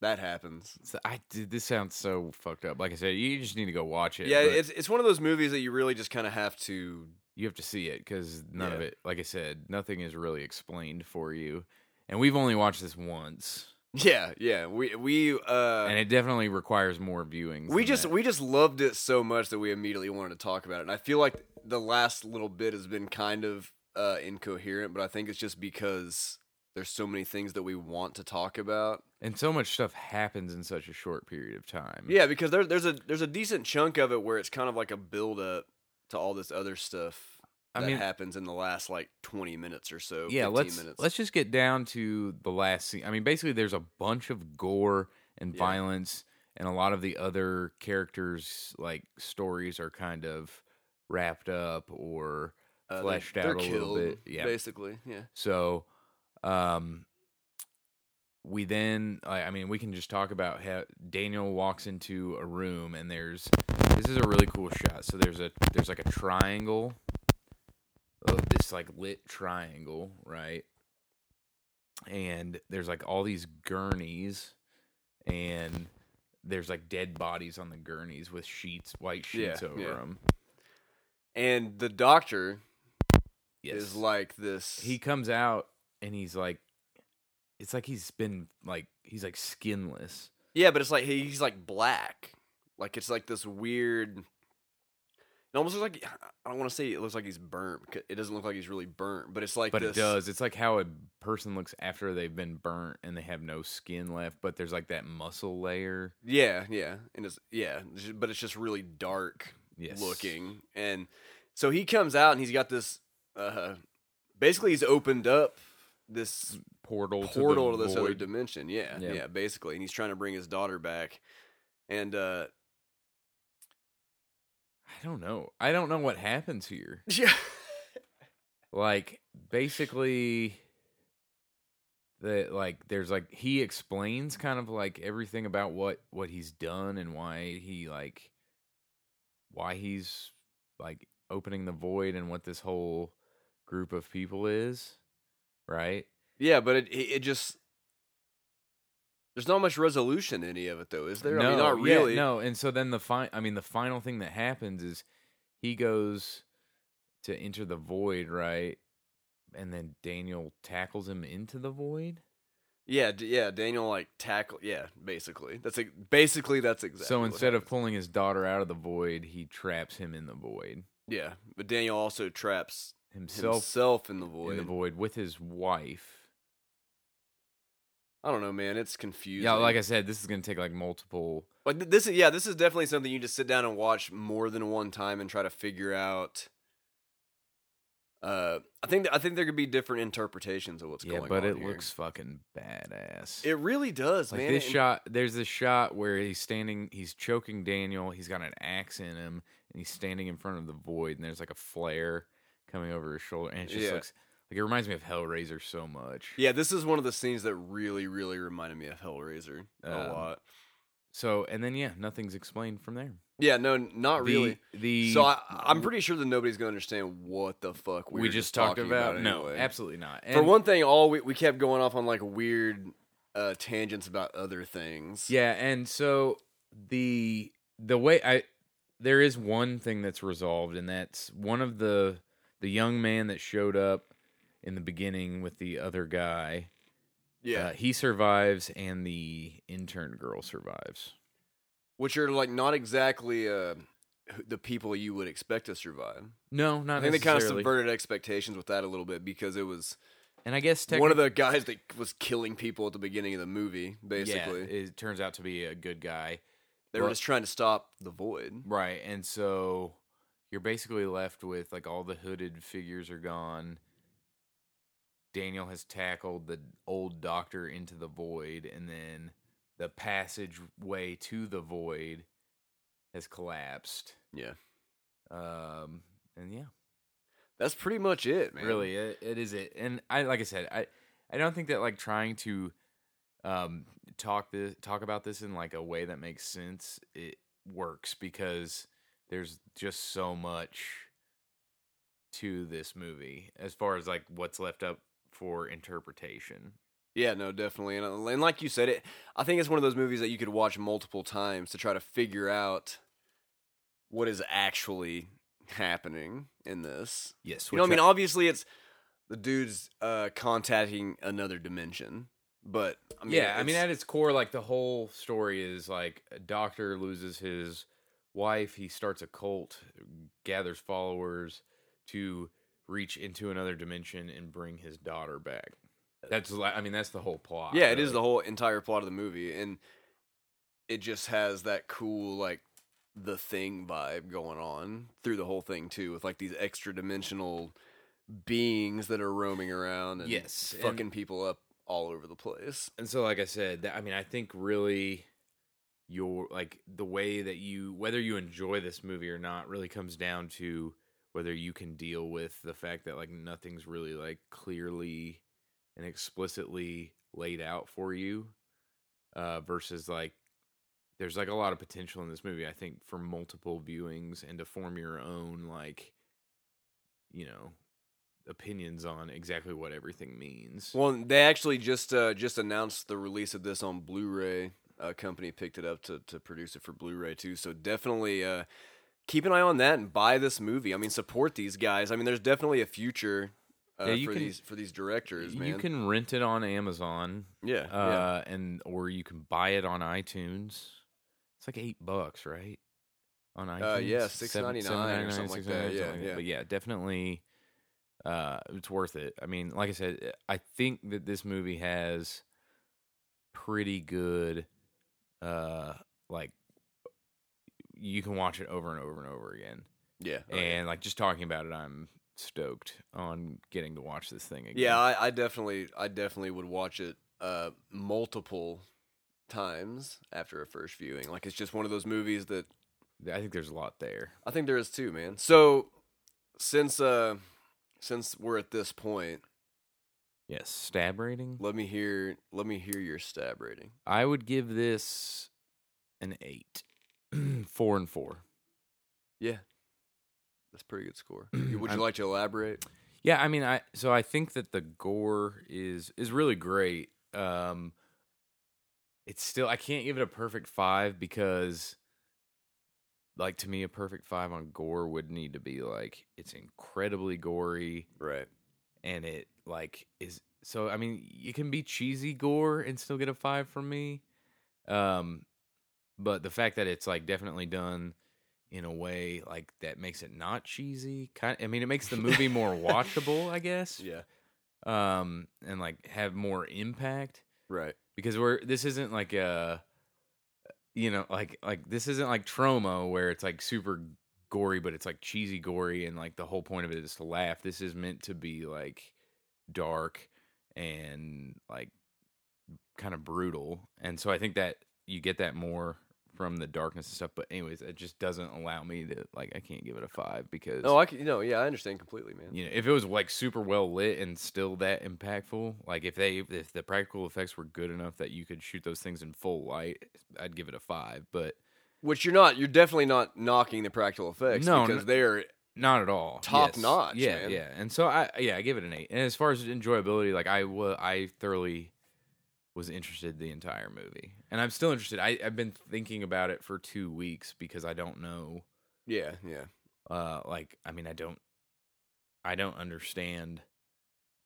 S1: That happens.
S2: So I did. This sounds so fucked up. Like I said, you just need to go watch it.
S1: Yeah,
S2: but
S1: it's it's one of those movies that you really just kind of have to. [laughs]
S2: you have to see it because none of
S1: Yeah.
S2: it. Like I said, nothing is really explained for you, and we've only watched this once,
S1: Yeah, yeah. We we uh
S2: and it definitely requires more viewings.
S1: we
S2: than
S1: just
S2: that.
S1: we just loved it so much that we immediately wanted to talk about it and i feel like the last little bit has been kind of uh incoherent but i think it's just because there's so many things that we want to talk about
S2: and so much stuff happens in such a short period of time.
S1: yeah because there, there's a there's a decent chunk of it where it's kind of like a build up to all this other stuff
S2: I
S1: that
S2: mean-
S1: happens in the last like 20 minutes or so
S2: yeah.
S1: 15
S2: Let's
S1: minutes.
S2: let's just get down to the last scene. I mean, basically, there's a bunch of gore and
S1: Yeah.
S2: violence, and a lot of the other characters' like stories are kind of wrapped up or
S1: they're-
S2: fleshed out
S1: Uh, they're
S2: a little
S1: killed,
S2: bit, yeah.
S1: basically yeah
S2: So, um, we then, I, I mean, we can just talk about how Daniel walks into a room and there's, this is a really cool shot. So there's a, there's like a triangle, of this like lit triangle, right? And there's like all these gurneys and there's like dead bodies on the gurneys with sheets, white sheets
S1: Yeah,
S2: over
S1: yeah.
S2: them.
S1: and the doctor
S2: Yes.
S1: is like this
S2: he comes out and he's like it's like he's been like he's like skinless
S1: Yeah, but it's like he- he's like black. Like it's like this weird. It almost looks like I don't want to say it looks like he's burnt. because It doesn't look like he's really burnt, but it's like
S2: but
S1: this,
S2: it does it's like how a person looks after they've been burnt and they have no skin left but there's like that muscle layer
S1: Yeah, yeah, and it's yeah, it's ju- but it's just really dark
S2: yes
S1: looking, and so he comes out and he's got this. uh Basically, he's opened up this
S2: portal
S1: portal
S2: to,
S1: to,
S2: the
S1: this other
S2: void.
S1: dimension. Yeah,
S2: Yeah.
S1: yeah, basically, and he's trying to bring his daughter back, and uh [laughs]
S2: i don't know i don't know what happens here
S1: yeah,
S2: like basically that like there's like he explains kind of like everything about what what he's done and why he like why he's like opening the void and what this whole group of people is right
S1: Yeah, but it it it just there's not much resolution in any of it though, is there? I mean, not
S2: yeah,
S1: really.
S2: no, and so then the fi- I mean, the final thing that happens is he goes to enter the void, right? And then Daniel tackles him into the void.
S1: Yeah, d- yeah. Daniel like tackle. Yeah, basically. That's like, basically that's exactly.
S2: so
S1: what
S2: instead of
S1: happens.
S2: pulling his daughter out of the void, he traps him in the void
S1: yeah, but Daniel also traps
S2: himself,
S1: himself in the void.
S2: in the void with his wife.
S1: I don't know, man. It's confusing.
S2: Yeah, like I said, this is gonna take like multiple.
S1: like th- this is yeah, this is definitely something you just sit down and watch more than one time and try to figure out. Uh, I think th- I think there could be different interpretations of what's
S2: yeah,
S1: going on.
S2: but it
S1: here.
S2: looks fucking badass.
S1: It really does,
S2: like
S1: man.
S2: this
S1: and-
S2: shot, there's this shot where he's standing, he's choking Daniel. He's got an axe in him, and he's standing in front of the void, and there's like a flare coming over his shoulder, and it just
S1: Yeah.
S2: looks like it reminds me of Hellraiser so much.
S1: Yeah, this is one of the scenes that really, really reminded me of Hellraiser a
S2: Um,
S1: lot.
S2: So and then yeah, nothing's explained from there.
S1: Yeah, no, not
S2: The-
S1: really.
S2: The
S1: so I, I'm pretty sure that nobody's gonna understand what the fuck we,
S2: we,
S1: were
S2: just talked
S1: talking
S2: about, no,
S1: anyway.
S2: absolutely not.
S1: For
S2: And-
S1: one thing, all we, we kept going off on like weird uh, tangents about other things.
S2: Yeah, and so the the way I there is one thing that's resolved, and that's one of the the young man that showed up in the beginning with the other guy.
S1: yeah,
S2: uh, he survives, and the intern girl survives.
S1: which are like not exactly uh, who- the people you would expect to survive.
S2: No, not
S1: I think they kind of
S2: necessarily.
S1: subverted expectations with that a little bit because it was
S2: and I guess
S1: one of the guys that was killing people at the beginning of the movie.
S2: technic- yeah,
S1: Basically,
S2: it turns out to be a good guy,
S1: they were
S2: well-
S1: just trying to stop the void.
S2: right? And so you're basically left with like all the hooded figures are gone. Daniel has tackled the old doctor into the void, and then the passageway to the void has collapsed.
S1: Yeah.
S2: Um. And yeah,
S1: That's pretty much it, man.
S2: really, it, it is it. And I, like I said, I, I don't think that like trying to, um, talk this talk about this in like a way that makes sense. It works because there's just so much to this movie as far as like what's left up for interpretation.
S1: Yeah, no, definitely. And, uh, and like you said, it. I think it's one of those movies that you could watch multiple times to try to figure out what is actually happening in this.
S2: Yes,
S1: You know, what I mean, obviously, it's the dude's uh, contacting another dimension, but I mean,
S2: yeah, I mean,
S1: it's-
S2: at its core, like the whole story is like a doctor loses his wife, he starts a cult, gathers followers to reach into another dimension and bring his daughter back. That's like, I mean, that's the whole plot.
S1: Uh, yeah, it is
S2: really.
S1: the whole entire plot of the movie, and it just has that cool like the thing vibe going on through the whole thing too, with like these extra dimensional beings that are roaming around and
S2: Yes, and-
S1: fucking people up all over the place.
S2: and so like i said that, i mean i think really your like the way that you whether you enjoy this movie or not really comes down to whether you can deal with the fact that like nothing's really like clearly and explicitly laid out for you uh versus like there's like a lot of potential in this movie i think for multiple viewings and to form your own like you know opinions on exactly what everything means
S1: Well, they actually just uh, just announced the release of this on Blu-ray. A company picked it up to to produce it for Blu-ray too. So definitely uh, keep an eye on that and buy this movie. I mean, support these guys. I mean, there's definitely a future uh,
S2: Yeah, you
S1: for
S2: can-
S1: these for these directors, man.
S2: You can rent it on Amazon,
S1: yeah,
S2: uh,
S1: yeah.
S2: and or you can buy it on iTunes. It's like eight bucks, right? On iTunes,
S1: Uh, yeah,
S2: Seven-
S1: $6.99 or
S2: $7.99,
S1: something like that,
S2: $6.99,
S1: yeah,
S2: something
S1: yeah.
S2: But yeah, definitely, uh, it's worth it. I mean, like I said, I think that this movie has pretty good, uh, like you can watch it over and over and over again.
S1: yeah. Oh, yeah.
S2: And like just talking about it, I'm stoked on getting to watch this thing again.
S1: Yeah, I, I definitely, I definitely would watch it uh, multiple times after a first viewing. Like it's just one of those movies that
S2: I think there's a lot there.
S1: I think there is too, man. So since uh, since we're at this point,
S2: Yes, stab rating.
S1: let me hear, let me hear your stab rating.
S2: I would give this an eight, [clears throat] four and four.
S1: Yeah, that's a pretty good
S2: [clears throat]
S1: score. would you
S2: I'm-
S1: like to elaborate?
S2: Yeah, I mean, I so I think that the gore is is really great. Um, it's still I can't give it a perfect five because, like to me, a perfect five on gore would need to be like it's incredibly gory.
S1: Right.
S2: and it like is so i mean you can be cheesy gore and still get a five from me um but the fact that it's like definitely done in a way like that makes it not cheesy kind i mean it makes the movie more watchable i guess
S1: Yeah.
S2: um and like have more impact
S1: Right.
S2: because we're this isn't like a you know like like this isn't like trauma where it's like super gory but it's like cheesy gory and like the whole point of it is to laugh this is meant to be like dark and like kind of brutal and so i think that you get that more from the darkness and stuff. But anyways, it just doesn't allow me to like I can't give it a five because
S1: No, I can, no, yeah, I understand completely, man.
S2: you know if it was like super well lit and still that impactful, like if they if the practical effects were good enough that you could shoot those things in full light, I'd give it a five. But
S1: Which you're not. You're definitely not knocking the practical effects
S2: No,
S1: because
S2: no-
S1: they're
S2: Not at all.
S1: Top notch,
S2: Yeah,
S1: man.
S2: yeah. And so I, yeah, I give it an eight. And as far as enjoyability, like I wa I thoroughly was interested the entire movie, and I'm still interested. I, I've been thinking about it for two weeks because I don't know.
S1: yeah, yeah.
S2: Uh, like I mean, I don't, I don't understand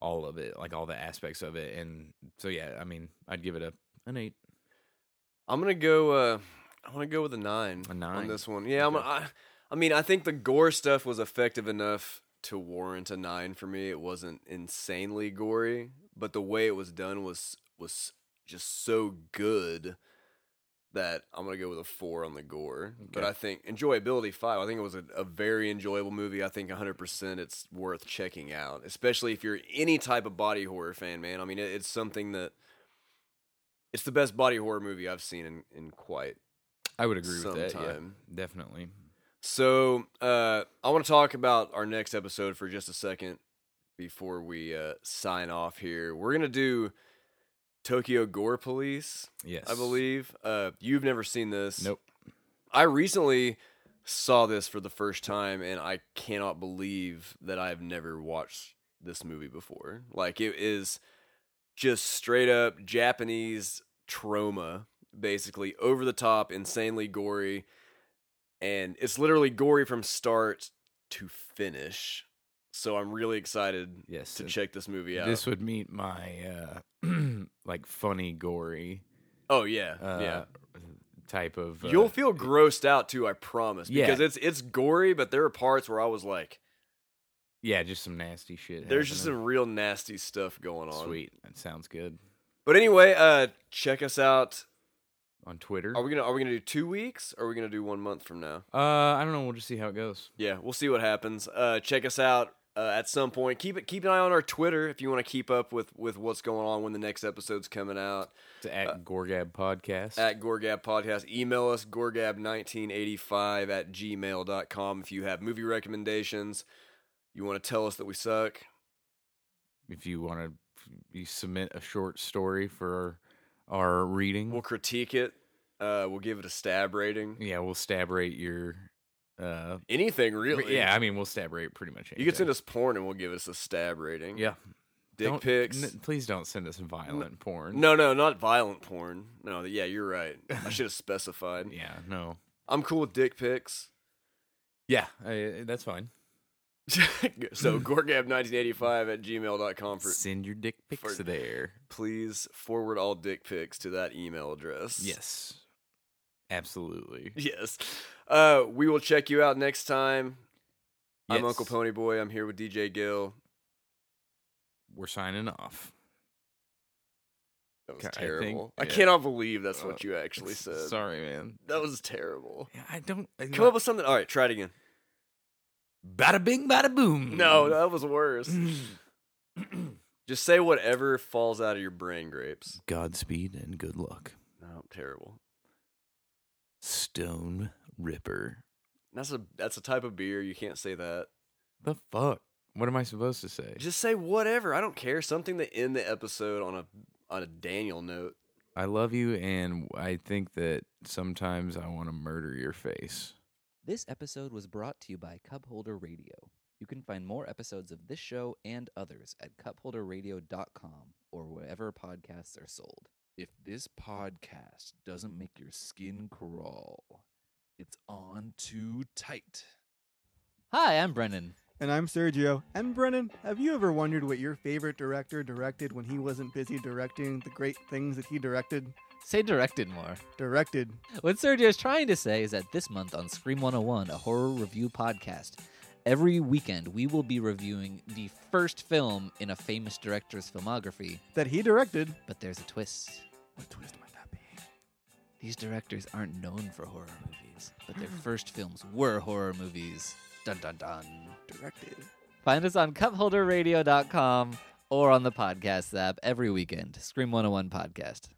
S2: all of it, like all the aspects of it, and so yeah. I mean, I'd give it a an eight.
S1: I'm gonna go. uh I'm gonna go with a nine.
S2: A nine?
S1: on this one. Yeah, I'm,
S2: Okay.
S1: I. I mean, I think the gore stuff was effective enough to warrant a nine for me. It wasn't insanely gory, but the way it was done was was just so good that I'm gonna go with a four on the gore. But
S2: Okay.
S1: I think enjoyability five. I think it was a, a very enjoyable movie. I think 100 percent it's worth checking out, especially if you're any type of body horror fan, man. I mean, it, it's something that it's the best body horror movie I've seen in in quite
S2: I would agree with that. Yeah,
S1: Sometime.
S2: definitely.
S1: so uh, I want to talk about our next episode for just a second before we uh, sign off here. We're gonna do Tokyo Gore Police,
S2: Yes,
S1: I believe. Uh, you've never seen this.
S2: Nope.
S1: I recently saw this for the first time, and I cannot believe that I've never watched this movie before. Like it is just straight up Japanese trauma, basically over the top, insanely gory, and it's literally gory from start to finish. So I'm really excited
S2: Yes,
S1: to
S2: and-
S1: check this movie out.
S2: This would meet my uh [clears throat] like funny gory
S1: oh yeah,
S2: uh
S1: yeah.
S2: type of uh,
S1: You'll feel grossed out too, I promise.
S2: Yeah.
S1: Because it's it's gory, but there are parts where I was like,
S2: yeah, just some nasty shit.
S1: There's just
S2: happening.
S1: some real nasty stuff going on.
S2: sweet. That sounds good.
S1: But anyway, uh check us out.
S2: On Twitter.
S1: Are we gonna are we gonna do two weeks or are we gonna do one month from now?
S2: uh I don't know, we'll just see how it goes.
S1: Yeah, we'll see what happens. Uh check us out uh, at some point. Keep it keep an eye on our Twitter if you want to keep up with with what's going on when the next episode's coming out.
S2: To at Gorgab Podcast.
S1: Uh, At Gorgab Podcast. Email us gorgab1985 at gmail.com if you have movie recommendations. You want to tell us that we suck.
S2: if you want to you submit a short story for our reading.
S1: We'll critique it. Uh, we'll give it a stab rating.
S2: yeah, we'll stab rate your uh
S1: Anything really.
S2: Yeah, I mean we'll stab rate pretty much anything.
S1: You can send us porn and we'll give us a stab rating.
S2: Yeah.
S1: Dick
S2: Don't-
S1: pics.
S2: n- please don't send us violent porn.
S1: no, no, not violent porn. No, yeah, you're
S2: [laughs]
S1: right. I should have specified.
S2: Yeah, no.
S1: I'm cool with dick pics. [laughs]
S2: Yeah, I, that's fine.
S1: so
S2: [laughs]
S1: gorgab1985 at gmail.com for
S2: Send your dick pics
S1: for-
S2: there.
S1: please forward all dick pics to that email address.
S2: Yes. Absolutely.
S1: [laughs] Yes. Uh, we will check you out next time. I'm
S2: Yes.
S1: Uncle Ponyboy. I'm here with DJ Gill.
S2: We're signing off.
S1: That was
S2: Ca- I think-
S1: terrible. I,
S2: yeah.
S1: cannot believe that's
S2: Uh,
S1: what you actually said.
S2: Sorry, man.
S1: That was terrible.
S2: Yeah, I don't. I
S1: Come up with something. All right, try it again.
S2: Bada bing, bada boom.
S1: No, that was
S2: [laughs]
S1: worse.
S2: Mm.
S1: Just say whatever falls out of your brain grapes.
S2: [clears throat] Godspeed and good luck.
S1: No, terrible.
S2: Stone Ripper.
S1: That's a that's a type of beer. You can't say that.
S2: The fuck? What am I supposed to say?
S1: Just say whatever. I don't care. Something to end the episode on a on a Daniel note.
S2: I love you, and I think that sometimes I want to murder your face.
S3: This episode was brought to you by Cupholder Radio. You can find more episodes of this show and others at cupholderradio.com or wherever podcasts are sold. If this podcast doesn't make your skin crawl, it's on too tight. Hi, I'm Brennan.
S4: And I'm Sergio. And Brennan, have you ever wondered what your favorite director directed when he wasn't busy directing the great things that he directed?
S3: Say directed more.
S4: Directed.
S3: What Sergio is trying to say is that this month on Scream 101, a horror review podcast, every weekend we will be reviewing the first film in a famous director's filmography.
S4: That he directed.
S3: But there's a twist.
S4: What twist might that be?
S3: These directors aren't known for horror movies, but
S4: [gasps]
S3: their first films were horror movies. Dun dun dun.
S4: Directed.
S3: Find us on
S4: oh
S3: cupholderradio.com or on the podcast app every weekend. Scream 101 Podcast.